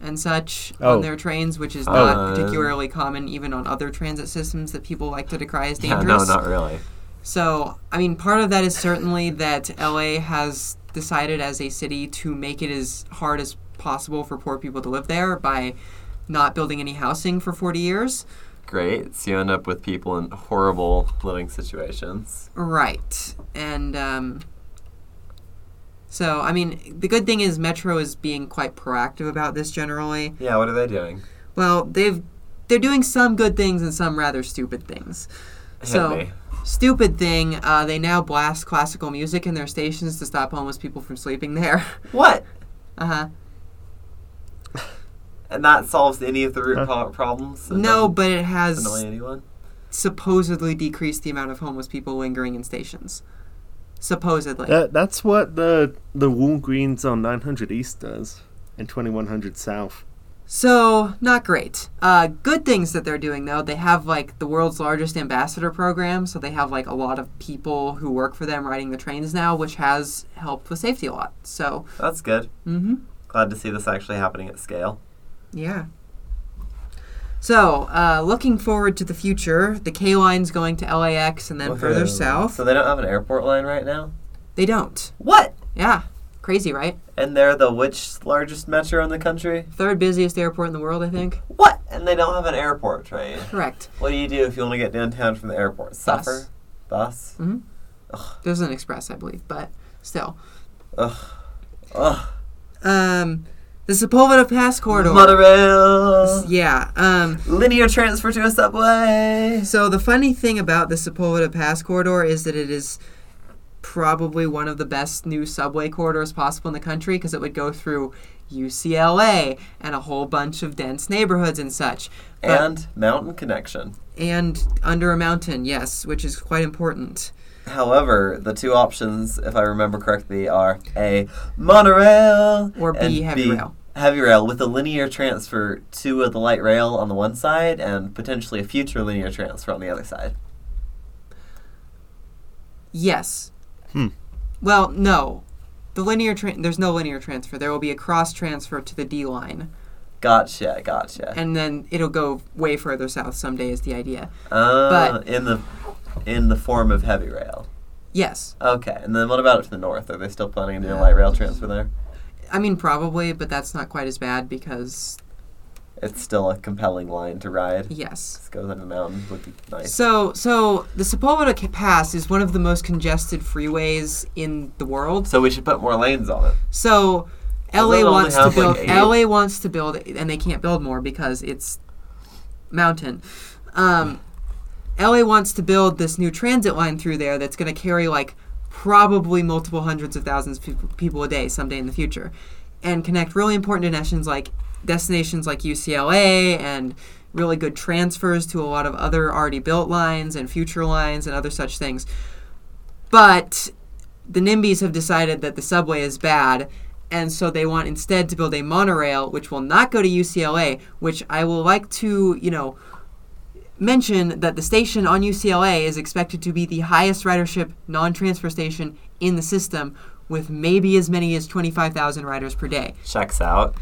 [SPEAKER 1] and such on
[SPEAKER 3] Oh.
[SPEAKER 1] their trains, which is
[SPEAKER 2] Oh.
[SPEAKER 1] not
[SPEAKER 2] Uh,
[SPEAKER 1] particularly common even on other transit systems that people like to decry as
[SPEAKER 2] Yeah,
[SPEAKER 1] dangerous.
[SPEAKER 2] no, not really.
[SPEAKER 1] So, I mean, part of that is certainly that LA has decided as a city to make it as hard as possible for poor people to live there by not building any housing for 40 years.
[SPEAKER 2] Great. So you end up with people in horrible living situations.
[SPEAKER 1] Right. And um, so, I mean, the good thing is Metro is being quite proactive about this generally.
[SPEAKER 2] Yeah, what are they doing?
[SPEAKER 1] Well, they've they're doing some good things and some rather stupid things.
[SPEAKER 2] Hit
[SPEAKER 1] so,
[SPEAKER 2] me.
[SPEAKER 1] stupid thing, uh, they now blast classical music in their stations to stop homeless people from sleeping there.
[SPEAKER 2] What?
[SPEAKER 1] Uh huh.
[SPEAKER 2] And that solves any of the root
[SPEAKER 3] Huh?
[SPEAKER 2] pro- problems? and
[SPEAKER 1] No,
[SPEAKER 2] doesn't
[SPEAKER 1] but it has
[SPEAKER 2] annoy anyone.
[SPEAKER 1] supposedly decreased the amount of homeless people lingering in stations. Supposedly.
[SPEAKER 3] That, that's what the, the Walgreens on 900 East does and 2100 South.
[SPEAKER 1] So, not great. Uh, good things that they're doing, though, they have like the world's largest ambassador program, so they have like a lot of people who work for them riding the trains now, which has helped with safety a lot. So,
[SPEAKER 2] That's good.
[SPEAKER 1] mm-hmm.
[SPEAKER 2] Glad to see this actually happening at scale.
[SPEAKER 1] Yeah. So, uh, looking forward to the future, the K line's going to LAX and then further
[SPEAKER 2] Woohoo.
[SPEAKER 1] south.
[SPEAKER 2] So they don't have an airport line right now?
[SPEAKER 1] They don't.
[SPEAKER 2] What?
[SPEAKER 1] Yeah. Crazy, right?
[SPEAKER 2] And they're the which largest metro in the country?
[SPEAKER 1] Third busiest airport in the world, I think.
[SPEAKER 2] What? And they don't have an airport train.
[SPEAKER 1] Correct.
[SPEAKER 2] What do you do if you want to get downtown from the airport? Suffer? Bus?
[SPEAKER 1] There's an express, I believe, but still.
[SPEAKER 2] Ugh.
[SPEAKER 1] Um, the Sepulveda Pass corridor.
[SPEAKER 2] Monorail!
[SPEAKER 1] Yeah. Um,
[SPEAKER 2] Linear transfer to a subway!
[SPEAKER 1] so the funny thing about the Sepulveda Pass corridor is that it is probably one of the best new subway corridors possible in the country because it would go through UCLA and a whole bunch of dense neighborhoods and such. But-
[SPEAKER 2] And mountain connection.
[SPEAKER 1] and under a mountain, yes, which is quite important.
[SPEAKER 2] However, the two options, if I remember correctly, are A, monorail,
[SPEAKER 1] Or B,
[SPEAKER 2] and
[SPEAKER 1] heavy rail.
[SPEAKER 2] Heavy rail with a linear transfer to the light rail on the one side and potentially a future linear transfer on the other side.
[SPEAKER 1] Yes.
[SPEAKER 3] Hmm.
[SPEAKER 1] Well, no. The linear tra- there's no linear transfer. There will be a cross transfer to the D line.
[SPEAKER 2] Gotcha, gotcha.
[SPEAKER 1] and then it'll go way further south someday is the idea.
[SPEAKER 2] Uh,
[SPEAKER 1] But-
[SPEAKER 2] in the in the form of heavy rail.
[SPEAKER 1] Yes.
[SPEAKER 2] Okay, and then what about up to the north? Are they still planning to do a light rail transfer there?
[SPEAKER 1] I mean probably, but that's not quite as bad because
[SPEAKER 2] It's still a compelling line to ride.
[SPEAKER 1] yes.
[SPEAKER 2] Just goes under the mountain would be nice.
[SPEAKER 1] So so the Sepulveda Ca- Pass is one of the most congested freeways in the world.
[SPEAKER 2] So we should put more lanes on it.
[SPEAKER 1] So LA
[SPEAKER 2] it only
[SPEAKER 1] wants to
[SPEAKER 2] have,
[SPEAKER 1] build
[SPEAKER 2] like, eight?
[SPEAKER 1] LA wants to build and they can't build more because it's mountain. Um LA wants to build this new transit line through there that's going to carry like probably multiple hundreds of thousands of peop- people a day someday in the future and connect really important destinations like destinations like UCLA and really good transfers to a lot of other already built lines and future lines and other such things. But the NIMBYs have decided that the subway is bad and so they want instead to build a monorail which will not go to UCLA, which I will like to, you know, mention that the station on UCLA is expected to be the highest ridership non-transfer station in the system with maybe as many as 25,000 riders per day.
[SPEAKER 2] Checks out.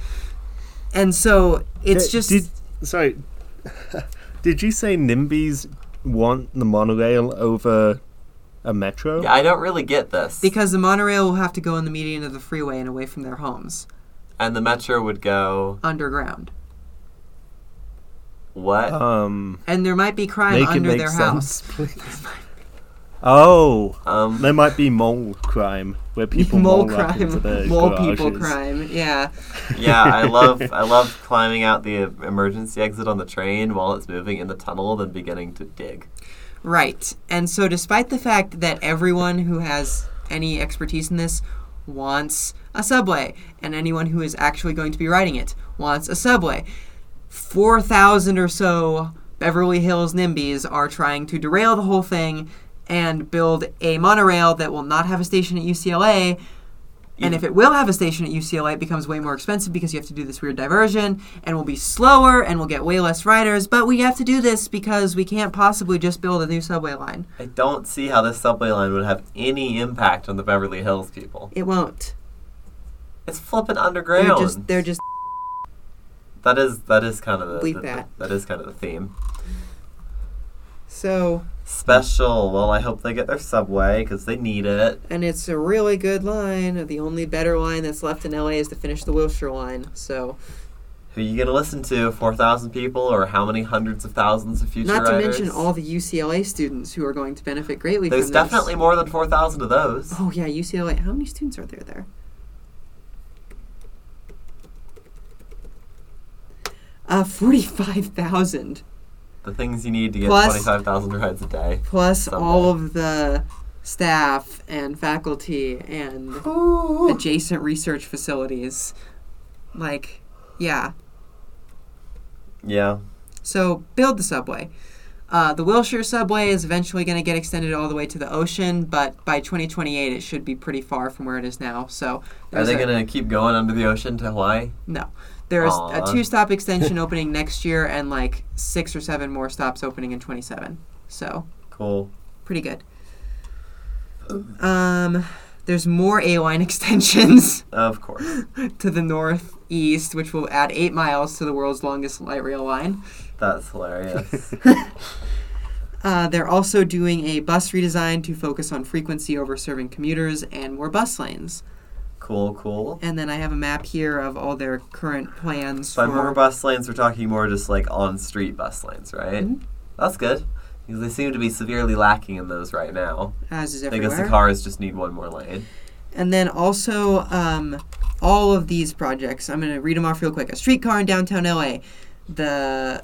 [SPEAKER 1] And so it's
[SPEAKER 3] Did-
[SPEAKER 1] just
[SPEAKER 3] did- sorry. did you say NIMBYs want the monorail over a metro?
[SPEAKER 2] Yeah, I don't really get this.
[SPEAKER 1] because the monorail will have to go in the median of the freeway and away from their homes
[SPEAKER 2] and the metro would go
[SPEAKER 1] underground.
[SPEAKER 2] what?
[SPEAKER 1] Oh.
[SPEAKER 3] Um,
[SPEAKER 1] And there might be crime
[SPEAKER 3] make it
[SPEAKER 1] under
[SPEAKER 3] make
[SPEAKER 1] their house.
[SPEAKER 3] sense, please. Oh,
[SPEAKER 2] um,
[SPEAKER 3] there might be mole crime where people mole,
[SPEAKER 1] mole
[SPEAKER 3] up into their
[SPEAKER 1] crime, mole people
[SPEAKER 3] garages.
[SPEAKER 1] crime. Yeah.
[SPEAKER 2] yeah, I love I love climbing out the emergency exit on the train while it's moving in the tunnel, then beginning to dig.
[SPEAKER 1] Right. And so, despite the fact that everyone who has any expertise in this wants a subway, and anyone who is actually going to be riding it wants a subway, 4,000 or so Beverly Hills NIMBYs are trying to derail the whole thing and build a monorail that will not have a station at UCLA. And if it will have a station at UCLA, it becomes way more expensive because you have to do this weird diversion and we'll be slower and we'll get way less riders. But we have to do this because we can't possibly just build a new subway line.
[SPEAKER 2] I don't see how this subway line would have any impact on the Beverly Hills people.
[SPEAKER 1] It won't.
[SPEAKER 2] It's flipping
[SPEAKER 1] They're
[SPEAKER 2] underground.
[SPEAKER 1] just, they're just,
[SPEAKER 2] that is that is kind of the,
[SPEAKER 1] Bleep
[SPEAKER 2] the-
[SPEAKER 1] that.
[SPEAKER 2] that is kind of the theme.
[SPEAKER 1] so,
[SPEAKER 2] Special. Well, I hope they get their subway because they need it.
[SPEAKER 1] and it's a really good line. The only better line that's left in LA is to finish the Wilshire line. So,
[SPEAKER 2] Who are you gonna listen to? Four thousand people, or how many hundreds of thousands of future
[SPEAKER 1] not to
[SPEAKER 2] writers?
[SPEAKER 1] mention all the UCLA students who are going to benefit greatly
[SPEAKER 2] There's
[SPEAKER 1] from this.
[SPEAKER 2] definitely more than four thousand of those.
[SPEAKER 1] Oh, yeah, UCLA. How many students are there there? Uh, 45,000.
[SPEAKER 2] The things you need to get
[SPEAKER 1] Plus-
[SPEAKER 2] twenty-five thousand rides a day.
[SPEAKER 1] plus
[SPEAKER 2] Somewhere.
[SPEAKER 1] all of the staff and faculty and adjacent research facilities. Like, yeah.
[SPEAKER 2] Yeah.
[SPEAKER 1] So build the subway. Uh, the Wilshire subway is eventually going to get extended all the way to the ocean, but by 2028 it should be pretty far from where it is now. So
[SPEAKER 2] Are
[SPEAKER 1] there's
[SPEAKER 2] they
[SPEAKER 1] a-
[SPEAKER 2] gonna keep going under the ocean to Hawaii?
[SPEAKER 1] No. There's
[SPEAKER 2] Aw.
[SPEAKER 1] a two stop extension opening next year and like six or seven more stops opening in 27. So
[SPEAKER 2] Cool.
[SPEAKER 1] pretty good. Um, there's more A line extensions
[SPEAKER 2] Of course.
[SPEAKER 1] to the northeast, which will add eight miles to the world's longest light rail line.
[SPEAKER 2] That's hilarious.
[SPEAKER 1] Uh, they're also doing a bus redesign to focus on frequency over serving commuters and more bus lanes.
[SPEAKER 2] cool, cool.
[SPEAKER 1] And then I have a map here of all their current plans
[SPEAKER 2] By
[SPEAKER 1] for
[SPEAKER 2] more bus lanes, we're talking more just like on street bus lanes, right?
[SPEAKER 1] Mhm.
[SPEAKER 2] That's good. Because they seem to be severely lacking in those right now.
[SPEAKER 1] as is
[SPEAKER 2] I
[SPEAKER 1] everywhere.
[SPEAKER 2] guess the cars just need one more lane.
[SPEAKER 1] And then also um, all of these projects. I'm going to read them off real quick. A streetcar in downtown LA, the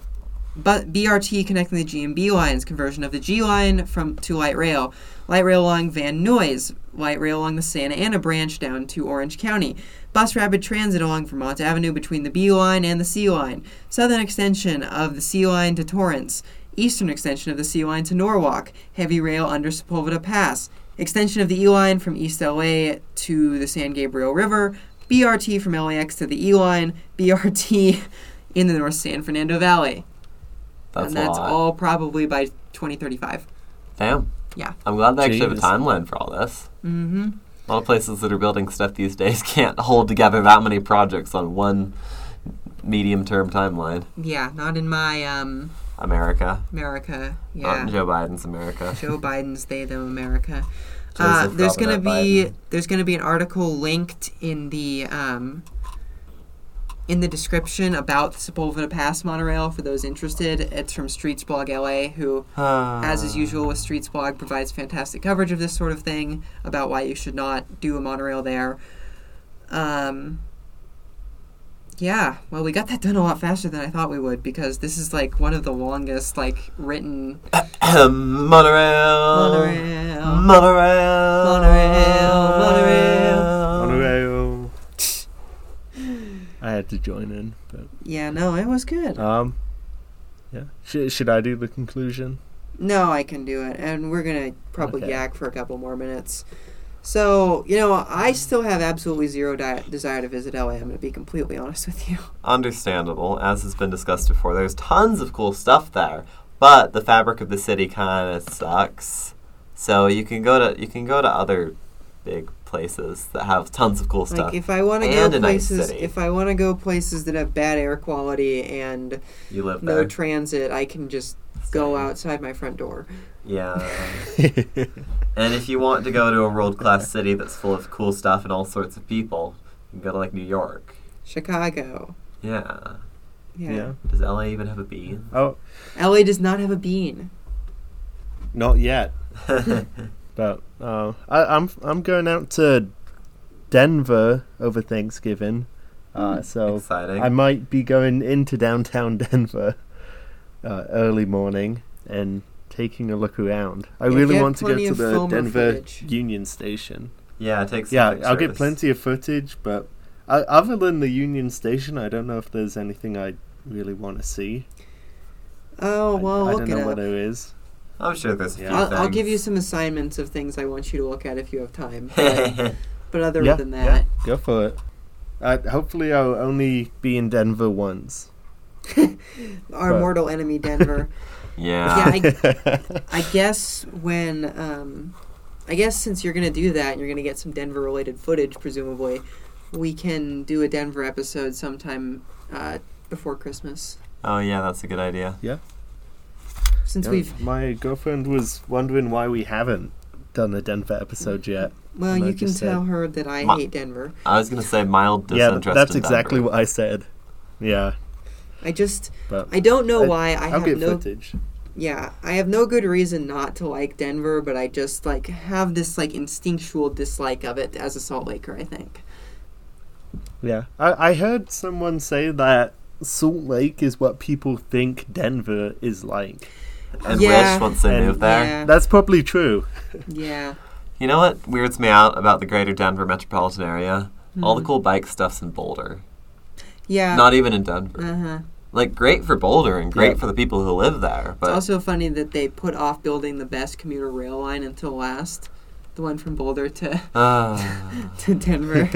[SPEAKER 1] bu- BRT connecting the G and B lines, conversion of the G line from to light rail, light rail along Van Nuys, light rail along the Santa Ana branch down to Orange County, bus rapid transit along Vermont Avenue between the B line and the C line, southern extension of the C line to Torrance, eastern extension of the C line to Norwalk, heavy rail under Sepulveda Pass, extension of the E line from East LA to the San Gabriel River, BRT from LAX to the E line, BRT in the North San Fernando Valley.
[SPEAKER 2] That's,
[SPEAKER 1] and
[SPEAKER 2] a
[SPEAKER 1] that's
[SPEAKER 2] lot.
[SPEAKER 1] all probably by 2035.
[SPEAKER 2] Damn.
[SPEAKER 1] Yeah.
[SPEAKER 2] I'm glad they actually have a
[SPEAKER 3] Jeez.
[SPEAKER 2] timeline for all this.
[SPEAKER 1] Mm-hmm.
[SPEAKER 2] A lot of places that are building stuff these days can't hold together that many projects on one medium term timeline.
[SPEAKER 1] Yeah, not in my um,
[SPEAKER 2] America.
[SPEAKER 1] America.
[SPEAKER 2] Not in
[SPEAKER 1] Yeah,
[SPEAKER 2] Joe Biden's America.
[SPEAKER 1] Joe Biden's they them America. Uh,
[SPEAKER 2] Joseph
[SPEAKER 1] there's gonna
[SPEAKER 2] Robinette
[SPEAKER 1] be
[SPEAKER 2] Biden.
[SPEAKER 1] there's gonna be an article linked in the um, in the description about the Sepulveda Pass monorail for those interested. It's from Streets Blog LA, who, as
[SPEAKER 2] Um,
[SPEAKER 1] is usual with Streets Blog, provides fantastic coverage of this sort of thing about why you should not do a monorail there. Um, yeah, well, we got that done a lot faster than I thought we would because this is like one of the longest like written
[SPEAKER 2] Uh, monorail. uh.
[SPEAKER 1] monorail.
[SPEAKER 2] Monorail.
[SPEAKER 1] Monorail, monorail.
[SPEAKER 3] Monorail. I had to join in, but
[SPEAKER 1] Yeah, no, it was good.
[SPEAKER 3] um, yeah. Should, should I do the conclusion?
[SPEAKER 1] No, I can do it, and we're gonna probably
[SPEAKER 3] Okay.
[SPEAKER 1] yak for a couple more minutes. So, you know, I still have absolutely zero di- desire to visit LA. I'm going to be completely honest with you.
[SPEAKER 2] Understandable, as has been discussed before. There's tons of cool stuff there, but the fabric of the city kind of sucks. So you can go to you can go to other big places that have tons of cool stuff.
[SPEAKER 1] Like if I want to
[SPEAKER 2] And
[SPEAKER 1] go
[SPEAKER 2] a nice
[SPEAKER 1] places,
[SPEAKER 2] city.
[SPEAKER 1] if I want to go places that have bad air quality and
[SPEAKER 2] you live
[SPEAKER 1] no
[SPEAKER 2] there.
[SPEAKER 1] transit, I can just go outside my front door.
[SPEAKER 2] yeah. And if you want to go to a world class city that's full of cool stuff and all sorts of people, you can go to like New York.
[SPEAKER 1] Chicago.
[SPEAKER 2] Yeah.
[SPEAKER 1] Yeah.
[SPEAKER 2] Does LA even have a bean?
[SPEAKER 3] Oh,
[SPEAKER 1] LA does not have a bean.
[SPEAKER 3] not yet. But uh, I, I'm I'm going out to Denver over Thanksgiving,
[SPEAKER 1] Hmm,
[SPEAKER 3] uh, so
[SPEAKER 2] Exciting.
[SPEAKER 3] I might be going into downtown Denver uh, early morning and taking a look around. I
[SPEAKER 1] Yeah,
[SPEAKER 3] really
[SPEAKER 1] get
[SPEAKER 3] want to get
[SPEAKER 1] plenty
[SPEAKER 3] to
[SPEAKER 1] of
[SPEAKER 3] the
[SPEAKER 1] film or
[SPEAKER 3] Denver
[SPEAKER 1] footage.
[SPEAKER 3] Union Station.
[SPEAKER 2] yeah, take some
[SPEAKER 3] yeah, I'll get
[SPEAKER 2] pictures.
[SPEAKER 3] plenty of footage, but I, other than the Union Station, I don't know if there's anything I really want to see.
[SPEAKER 1] Oh
[SPEAKER 3] I-
[SPEAKER 1] well,
[SPEAKER 3] I,
[SPEAKER 1] look
[SPEAKER 3] don't
[SPEAKER 1] it
[SPEAKER 3] know
[SPEAKER 1] up.
[SPEAKER 3] what there is.
[SPEAKER 2] I'm sure there's a few
[SPEAKER 1] I'll, I'll give you
[SPEAKER 2] things.
[SPEAKER 1] some assignments of things I want you to look at if you have time. But, but other
[SPEAKER 3] Yeah,
[SPEAKER 1] than
[SPEAKER 3] yeah.
[SPEAKER 1] that,
[SPEAKER 3] Go for it. Uh, hopefully, I'll only be in Denver once.
[SPEAKER 1] our
[SPEAKER 3] But-
[SPEAKER 1] mortal enemy, Denver.
[SPEAKER 2] yeah.
[SPEAKER 1] yeah, I, I guess when um, I guess since you're gonna do that, and you're gonna get some Denver related footage, presumably. We can do a Denver episode sometime uh, before Christmas,
[SPEAKER 2] Oh yeah, that's a good idea.
[SPEAKER 1] since
[SPEAKER 3] Yeah,
[SPEAKER 1] we've
[SPEAKER 3] my girlfriend was wondering why we haven't done a Denver episode yet.
[SPEAKER 1] well,
[SPEAKER 3] And I
[SPEAKER 1] you can
[SPEAKER 3] just said-
[SPEAKER 1] tell her that I
[SPEAKER 2] Ma-
[SPEAKER 1] hate Denver.
[SPEAKER 2] I was gonna say mild
[SPEAKER 3] Yeah,
[SPEAKER 2] disinterest.
[SPEAKER 3] th- that's
[SPEAKER 2] in
[SPEAKER 3] exactly
[SPEAKER 2] Denver.
[SPEAKER 3] what I said. Yeah,
[SPEAKER 1] I just
[SPEAKER 3] but
[SPEAKER 1] I don't know
[SPEAKER 3] I-
[SPEAKER 1] why I
[SPEAKER 3] will
[SPEAKER 1] have
[SPEAKER 3] get
[SPEAKER 1] no
[SPEAKER 3] footage.
[SPEAKER 1] yeah I have no good reason not to like Denver, but I just like have this like instinctual dislike of it as a Salt Laker. I think.
[SPEAKER 3] Yeah, I, I heard someone say that Salt Lake is what people think Denver is like.
[SPEAKER 2] And
[SPEAKER 1] Yeah.
[SPEAKER 2] wish once they
[SPEAKER 3] And-
[SPEAKER 2] move there.
[SPEAKER 1] Yeah.
[SPEAKER 3] That's probably true.
[SPEAKER 1] Yeah.
[SPEAKER 2] You know what weirds me out about the greater Denver metropolitan area? All the cool bike stuff's in Boulder.
[SPEAKER 1] Hmm. Yeah.
[SPEAKER 2] Not even in Denver.
[SPEAKER 1] uh huh.
[SPEAKER 2] Like great for Boulder and great
[SPEAKER 3] Yeah.
[SPEAKER 2] for the people who live there, but
[SPEAKER 1] It's also funny that they put off building the best commuter rail line until last, the one from Boulder to,
[SPEAKER 2] ah,
[SPEAKER 1] to Denver.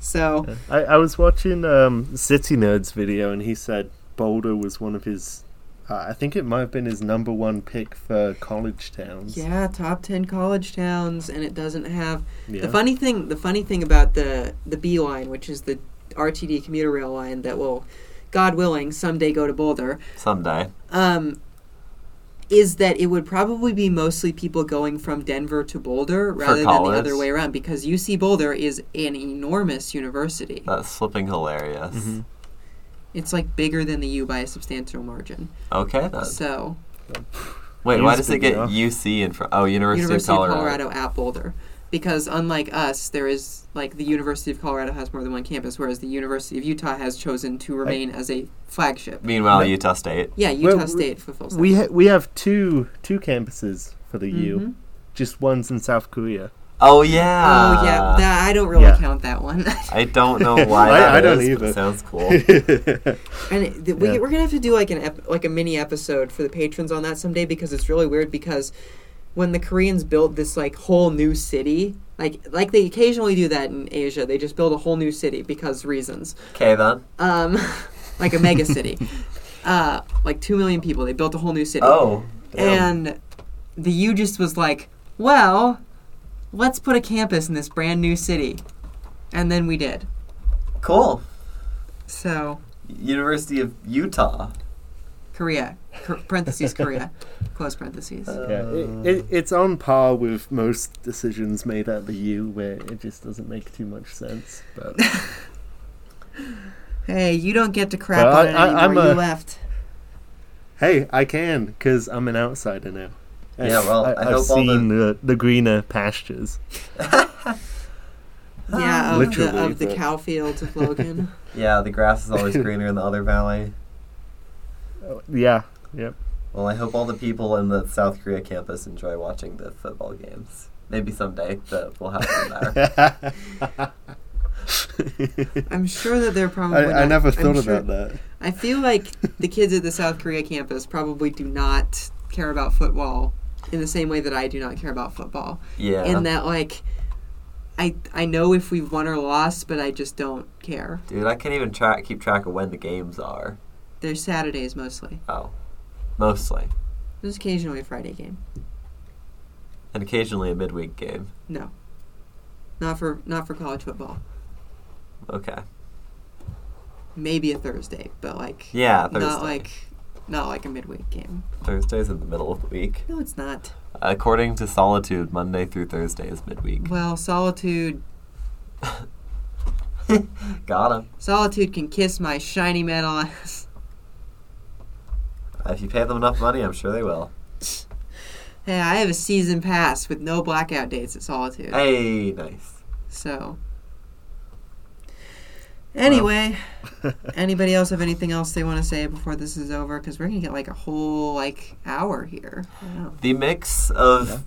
[SPEAKER 1] so,
[SPEAKER 3] I, I was watching um, City Nerd's video, and he said Boulder was one of his. Uh, I think it might have been his number one pick for college towns.
[SPEAKER 1] yeah, top 10 college towns and it doesn't have
[SPEAKER 3] Yeah.
[SPEAKER 1] The funny thing, the funny thing about the the B line, which is the RTD commuter rail line that will God willing someday go to Boulder,
[SPEAKER 2] someday.
[SPEAKER 1] um, is that it would probably be mostly people going from Denver to Boulder rather than the
[SPEAKER 2] college.
[SPEAKER 1] other way around because UC Boulder is an enormous university.
[SPEAKER 2] That's flipping hilarious.
[SPEAKER 3] Mhm.
[SPEAKER 1] It's like bigger than the U by a substantial margin.
[SPEAKER 2] Okay then.
[SPEAKER 1] So
[SPEAKER 2] Wait,
[SPEAKER 3] Used
[SPEAKER 2] why does
[SPEAKER 3] to
[SPEAKER 2] it get
[SPEAKER 3] be, huh?
[SPEAKER 2] UC in front? Oh, University,
[SPEAKER 1] University
[SPEAKER 2] of Colorado.
[SPEAKER 1] at Boulder, because unlike us, there is like the University of Colorado has more than one campus, whereas the University of Utah has chosen to remain as a flagship.
[SPEAKER 2] Meanwhile,
[SPEAKER 3] No.
[SPEAKER 2] Utah State.
[SPEAKER 1] Yeah, Utah
[SPEAKER 3] Well, we-
[SPEAKER 1] State fulfills that.
[SPEAKER 3] We ha- we have two two campuses for the
[SPEAKER 1] Mhm.
[SPEAKER 3] U, just one's in South Korea.
[SPEAKER 2] Oh yeah.
[SPEAKER 1] oh yeah, that, I don't really
[SPEAKER 3] yeah.
[SPEAKER 1] count that one.
[SPEAKER 2] Ah. I don't know why.
[SPEAKER 3] I-
[SPEAKER 2] that
[SPEAKER 3] I don't
[SPEAKER 2] is, but
[SPEAKER 3] either.
[SPEAKER 2] Sounds cool.
[SPEAKER 1] and it, th- we,
[SPEAKER 3] Yeah.
[SPEAKER 1] we're gonna have to do like an ep- like a mini episode for the patrons on that someday because it's really weird because when the Koreans built this like whole new city, like like they occasionally do that in Asia, they just build a whole new city because reasons.
[SPEAKER 2] Okay then.
[SPEAKER 1] um, like a mega city, uh, like two million people. They built a whole new city,
[SPEAKER 2] Oh. damn.
[SPEAKER 1] and the U just was like, well, let's put a campus in this brand new city, and then we did.
[SPEAKER 2] cool.
[SPEAKER 1] So
[SPEAKER 2] University of Utah.
[SPEAKER 1] Korea, cor- parentheses Korea, close parentheses.
[SPEAKER 3] yeah, it, it, it's on par with most decisions made at the U, where it just doesn't make too much sense. But
[SPEAKER 1] Hey, you don't get to crap
[SPEAKER 3] Well,
[SPEAKER 1] on
[SPEAKER 3] I-
[SPEAKER 1] it
[SPEAKER 3] I-
[SPEAKER 1] anymore.
[SPEAKER 3] I'm
[SPEAKER 1] you
[SPEAKER 3] a-
[SPEAKER 1] left.
[SPEAKER 3] hey, I can because I'm an outsider now. And
[SPEAKER 2] Yeah, well, I
[SPEAKER 3] I've
[SPEAKER 2] hope all the-
[SPEAKER 3] seen the the greener pastures.
[SPEAKER 1] Yeah, of the
[SPEAKER 3] Literally,
[SPEAKER 1] of the
[SPEAKER 3] but-
[SPEAKER 1] cow fields of Logan.
[SPEAKER 2] Yeah, the grass is always greener in the other valley.
[SPEAKER 3] Oh, Yeah, yep.
[SPEAKER 2] Well, I hope all the people in the South Korea campus enjoy watching the football games. Maybe someday that will happen there.
[SPEAKER 1] I'm sure that they're probably.
[SPEAKER 3] I, I
[SPEAKER 1] not-
[SPEAKER 3] never
[SPEAKER 1] I'm
[SPEAKER 3] thought
[SPEAKER 1] sure-
[SPEAKER 3] about that.
[SPEAKER 1] I feel like the kids at the South Korea campus probably do not care about football in the same way that I do not care about football.
[SPEAKER 2] Yeah.
[SPEAKER 1] In that, like, I I know if we've won or lost, but I just don't care.
[SPEAKER 2] Dude, I can't even track keep track of when the games are.
[SPEAKER 1] They're Saturdays mostly.
[SPEAKER 2] Oh, mostly,
[SPEAKER 1] There's occasionally a Friday game.
[SPEAKER 2] and occasionally a midweek game.
[SPEAKER 1] No, not for not for college football.
[SPEAKER 2] Okay.
[SPEAKER 1] Maybe a Thursday, but like
[SPEAKER 2] Yeah, Thursday.
[SPEAKER 1] not like not like a midweek game.
[SPEAKER 2] Thursday's in the middle of the week.
[SPEAKER 1] No, it's not.
[SPEAKER 2] According to Solitude, Monday through Thursday is midweek.
[SPEAKER 1] Well, solitude
[SPEAKER 2] Got him.
[SPEAKER 1] solitude can kiss my shiny metal ass.
[SPEAKER 2] If you pay them enough money, I'm sure they will.
[SPEAKER 1] Hey, I have a season pass with no blackout dates at Solitude.
[SPEAKER 2] Hey, nice.
[SPEAKER 1] So. Anyway, anybody else have anything else they want to say before this is over? Because we're gonna get like a whole like hour here. I don't know.
[SPEAKER 2] The mix of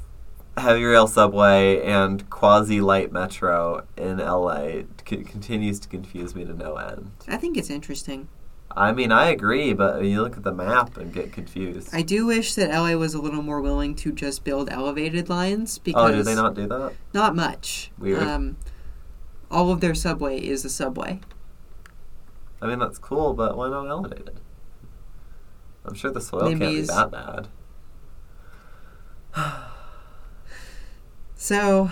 [SPEAKER 2] heavy rail subway and quasi light metro in LA c- continues to confuse me to no end.
[SPEAKER 1] I think it's interesting.
[SPEAKER 2] I mean, I agree, but you look at the map and get confused.
[SPEAKER 1] I do wish that LA was a little more willing to just build elevated lines because
[SPEAKER 2] oh, do they not do that?
[SPEAKER 1] not much.
[SPEAKER 2] Weird.
[SPEAKER 1] Um, all of their subway is a subway.
[SPEAKER 2] I mean, that's cool, but why not elevated? I'm sure the soil can't be
[SPEAKER 1] Nimby's.
[SPEAKER 2] that bad.
[SPEAKER 1] So,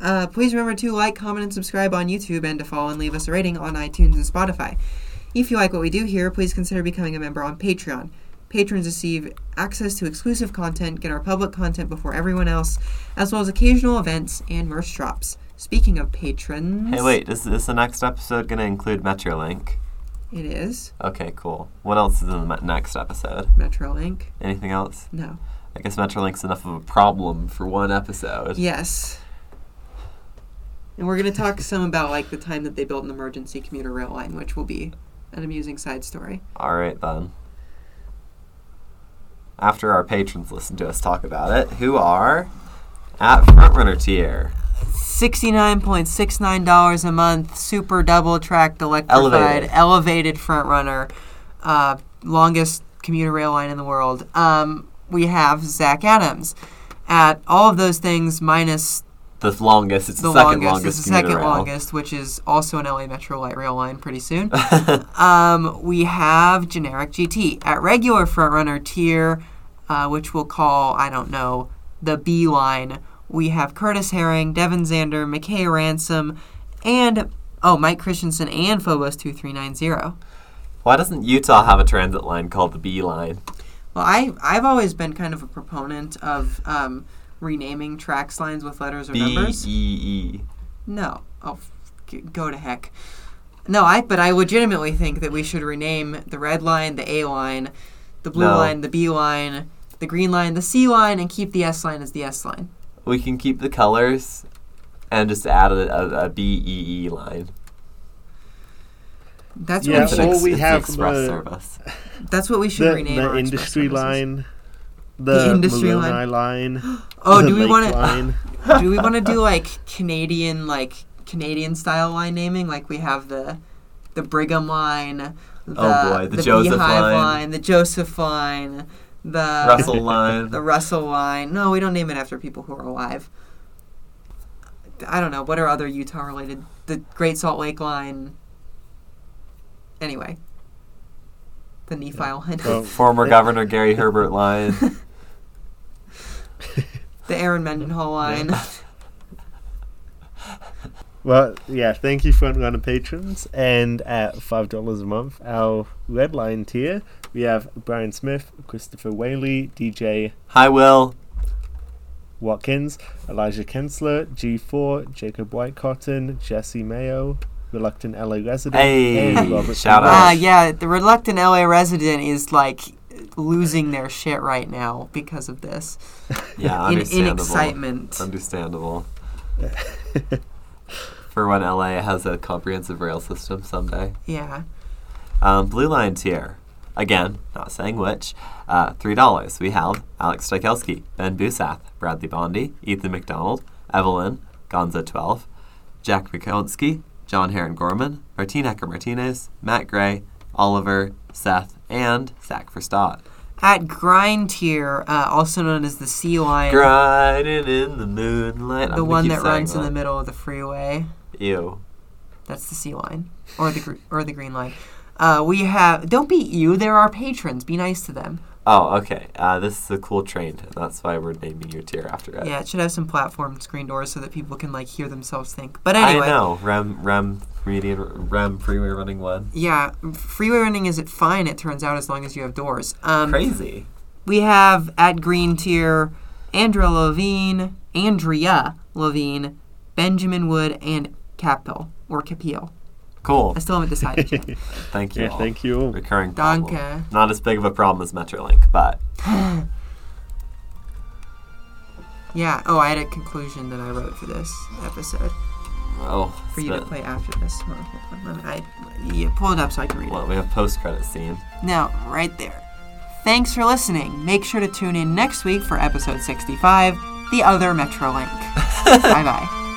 [SPEAKER 1] uh, please remember to like, comment, and subscribe on YouTube and to follow and leave us a rating on iTunes and Spotify. If you like what we do here, please consider becoming a member on Patreon. Patrons receive access to exclusive content, get our public content before everyone else, as well as occasional events and merch drops. Speaking of patrons,
[SPEAKER 2] Hey, wait, is, is the next episode going to include Metrolink?
[SPEAKER 1] it is
[SPEAKER 2] Okay, cool. What else is in the me- next episode?
[SPEAKER 1] Metrolink.
[SPEAKER 2] Anything else?
[SPEAKER 1] No.
[SPEAKER 2] I guess Metrolink's enough of a problem for one episode.
[SPEAKER 1] Yes. And we're going to talk some about like the time that they built an emergency commuter rail line, which will be an amusing side story.
[SPEAKER 2] All right, then. After our patrons listen to us talk about it, who are at Frontrunner Tier,
[SPEAKER 1] $69.69 a month, super double tracked electrified,
[SPEAKER 2] Elevated.
[SPEAKER 1] elevated, front runner, uh, longest commuter rail line in the world. Um, we have Zach Adams at all of those things minus
[SPEAKER 2] the longest, it's the,
[SPEAKER 1] the
[SPEAKER 2] second
[SPEAKER 1] longest.
[SPEAKER 2] longest,
[SPEAKER 1] It's the second
[SPEAKER 2] commuter rail.
[SPEAKER 1] longest, which is also an LA Metro Light Rail line pretty soon. um, we have generic GT at regular frontrunner tier, uh, which we'll call I don't know the B line. We have Curtis Herring, Devin Zander, McKay Ransom, and oh Mike Christensen and Phobos two three nine zero.
[SPEAKER 2] Why doesn't Utah have a transit line called the B line?
[SPEAKER 1] Well, I I've always been kind of a proponent of um, renaming tracks lines with letters or
[SPEAKER 2] B E
[SPEAKER 1] numbers.
[SPEAKER 2] E.
[SPEAKER 1] No. Oh, f- g- go to heck. No, I. But I legitimately think that we should rename the red line, the A line, the blue
[SPEAKER 2] No.
[SPEAKER 1] line, the B line, the green line, the C line, and keep the S line as the S line.
[SPEAKER 2] We can keep the colors and just add a, a, a B E E line.
[SPEAKER 1] That's
[SPEAKER 3] Yeah,
[SPEAKER 1] what we
[SPEAKER 2] It's an
[SPEAKER 1] should.
[SPEAKER 2] ex-
[SPEAKER 3] or we
[SPEAKER 2] it's an
[SPEAKER 3] have
[SPEAKER 2] express
[SPEAKER 3] the-
[SPEAKER 2] service.
[SPEAKER 1] that's what we should
[SPEAKER 3] the,
[SPEAKER 1] rename
[SPEAKER 3] the
[SPEAKER 1] our express
[SPEAKER 3] industry
[SPEAKER 1] services.
[SPEAKER 3] line, the
[SPEAKER 1] industry line.
[SPEAKER 3] Moroni line.
[SPEAKER 1] Oh,
[SPEAKER 3] the
[SPEAKER 1] do we
[SPEAKER 3] lake
[SPEAKER 1] want to?
[SPEAKER 3] line.
[SPEAKER 1] Do we want to do like Canadian, like Canadian style line naming? Like we have the the Brigham line.
[SPEAKER 3] Oh,
[SPEAKER 1] The,
[SPEAKER 2] boy, the Joseph
[SPEAKER 1] Beehive
[SPEAKER 2] line.
[SPEAKER 1] the Joseph line, the
[SPEAKER 2] Russell line.
[SPEAKER 1] uh, the Russell line. No, we don't name it after people who are alive. I don't know. What are other Utah related? The Great Salt Lake line. Anyway. The Nephi line.
[SPEAKER 3] Well,
[SPEAKER 2] Former Governor Gary Herbert line.
[SPEAKER 1] the Aaron Mendenhall line.
[SPEAKER 3] Well, yeah, thank you front runner patrons. And at five dollars a month, our red line tier, we have Brian Smith, Christopher Whaley, DJ
[SPEAKER 2] Hi, Will.
[SPEAKER 3] Watkins, Elijah Kensler, G4, Jacob Whitecotton, Jesse Mayo, Reluctant LA Resident,
[SPEAKER 2] Hey,
[SPEAKER 3] and Robert
[SPEAKER 2] shout
[SPEAKER 3] Campbell.
[SPEAKER 2] out.
[SPEAKER 1] Ah, yeah. The reluctant LA resident is like losing their shit right now because of this.
[SPEAKER 2] Yeah,
[SPEAKER 1] In, in
[SPEAKER 2] understandable.
[SPEAKER 1] excitement.
[SPEAKER 2] Understandable. For when LA has a comprehensive rail system someday.
[SPEAKER 1] Yeah.
[SPEAKER 2] Um, Blue Line tier. Again, not saying which. Uh, $3. We have Alex Stykelski, Ben Busath, Bradley Bondy, Ethan McDonald, Evelyn, Gonza12, Jack Mikonsky, John Heron Gorman, Martin Ecker Martinez, Matt Gray, Oliver, Seth, and Zach Verstappen.
[SPEAKER 1] at Grind Tier, uh, also known as the Sea Lion,
[SPEAKER 2] Grinding in the moonlight. I'm
[SPEAKER 1] the
[SPEAKER 2] gonna
[SPEAKER 1] one
[SPEAKER 2] keep
[SPEAKER 1] that
[SPEAKER 2] saying
[SPEAKER 1] runs in the
[SPEAKER 2] that.
[SPEAKER 1] middle of the freeway.
[SPEAKER 2] Ew.
[SPEAKER 1] That's the sea line or the gr- or the green line. Uh, we have don't beat you. They're our patrons. Be nice to them.
[SPEAKER 2] Oh, okay. Uh, this is a cool train, and that's why we're naming your tier after it.
[SPEAKER 1] Yeah, it should have some platform screen doors so that people can like hear themselves think. But anyway,
[SPEAKER 2] I know. Rem, Rem, median, Rem, freeway running one.
[SPEAKER 1] yeah, freeway running isn't fine. It turns out as long as you have doors. Um,
[SPEAKER 2] Crazy.
[SPEAKER 1] we have at green tier Andrea Levine, Andrea Levine, Benjamin Wood, and Capel or Capil.
[SPEAKER 2] Cool.
[SPEAKER 1] I still haven't decided yet.
[SPEAKER 2] Thank you.
[SPEAKER 3] Yeah,
[SPEAKER 2] all.
[SPEAKER 3] thank you all.
[SPEAKER 2] Recurring problem.
[SPEAKER 1] Danke.
[SPEAKER 2] Not as big of a problem as Metrolink, but
[SPEAKER 1] Yeah. Oh, I had a conclusion that I wrote for this episode.
[SPEAKER 2] oh,
[SPEAKER 1] for
[SPEAKER 2] it's
[SPEAKER 1] you to
[SPEAKER 2] been-
[SPEAKER 1] play after this. Hold on, hold on, I, yeah, pull it up so I can read
[SPEAKER 2] Well, we have post credit scene.
[SPEAKER 1] it. Now, right there. Thanks for listening. Make sure to tune in next week for episode 65, The Other Metrolink. bye bye.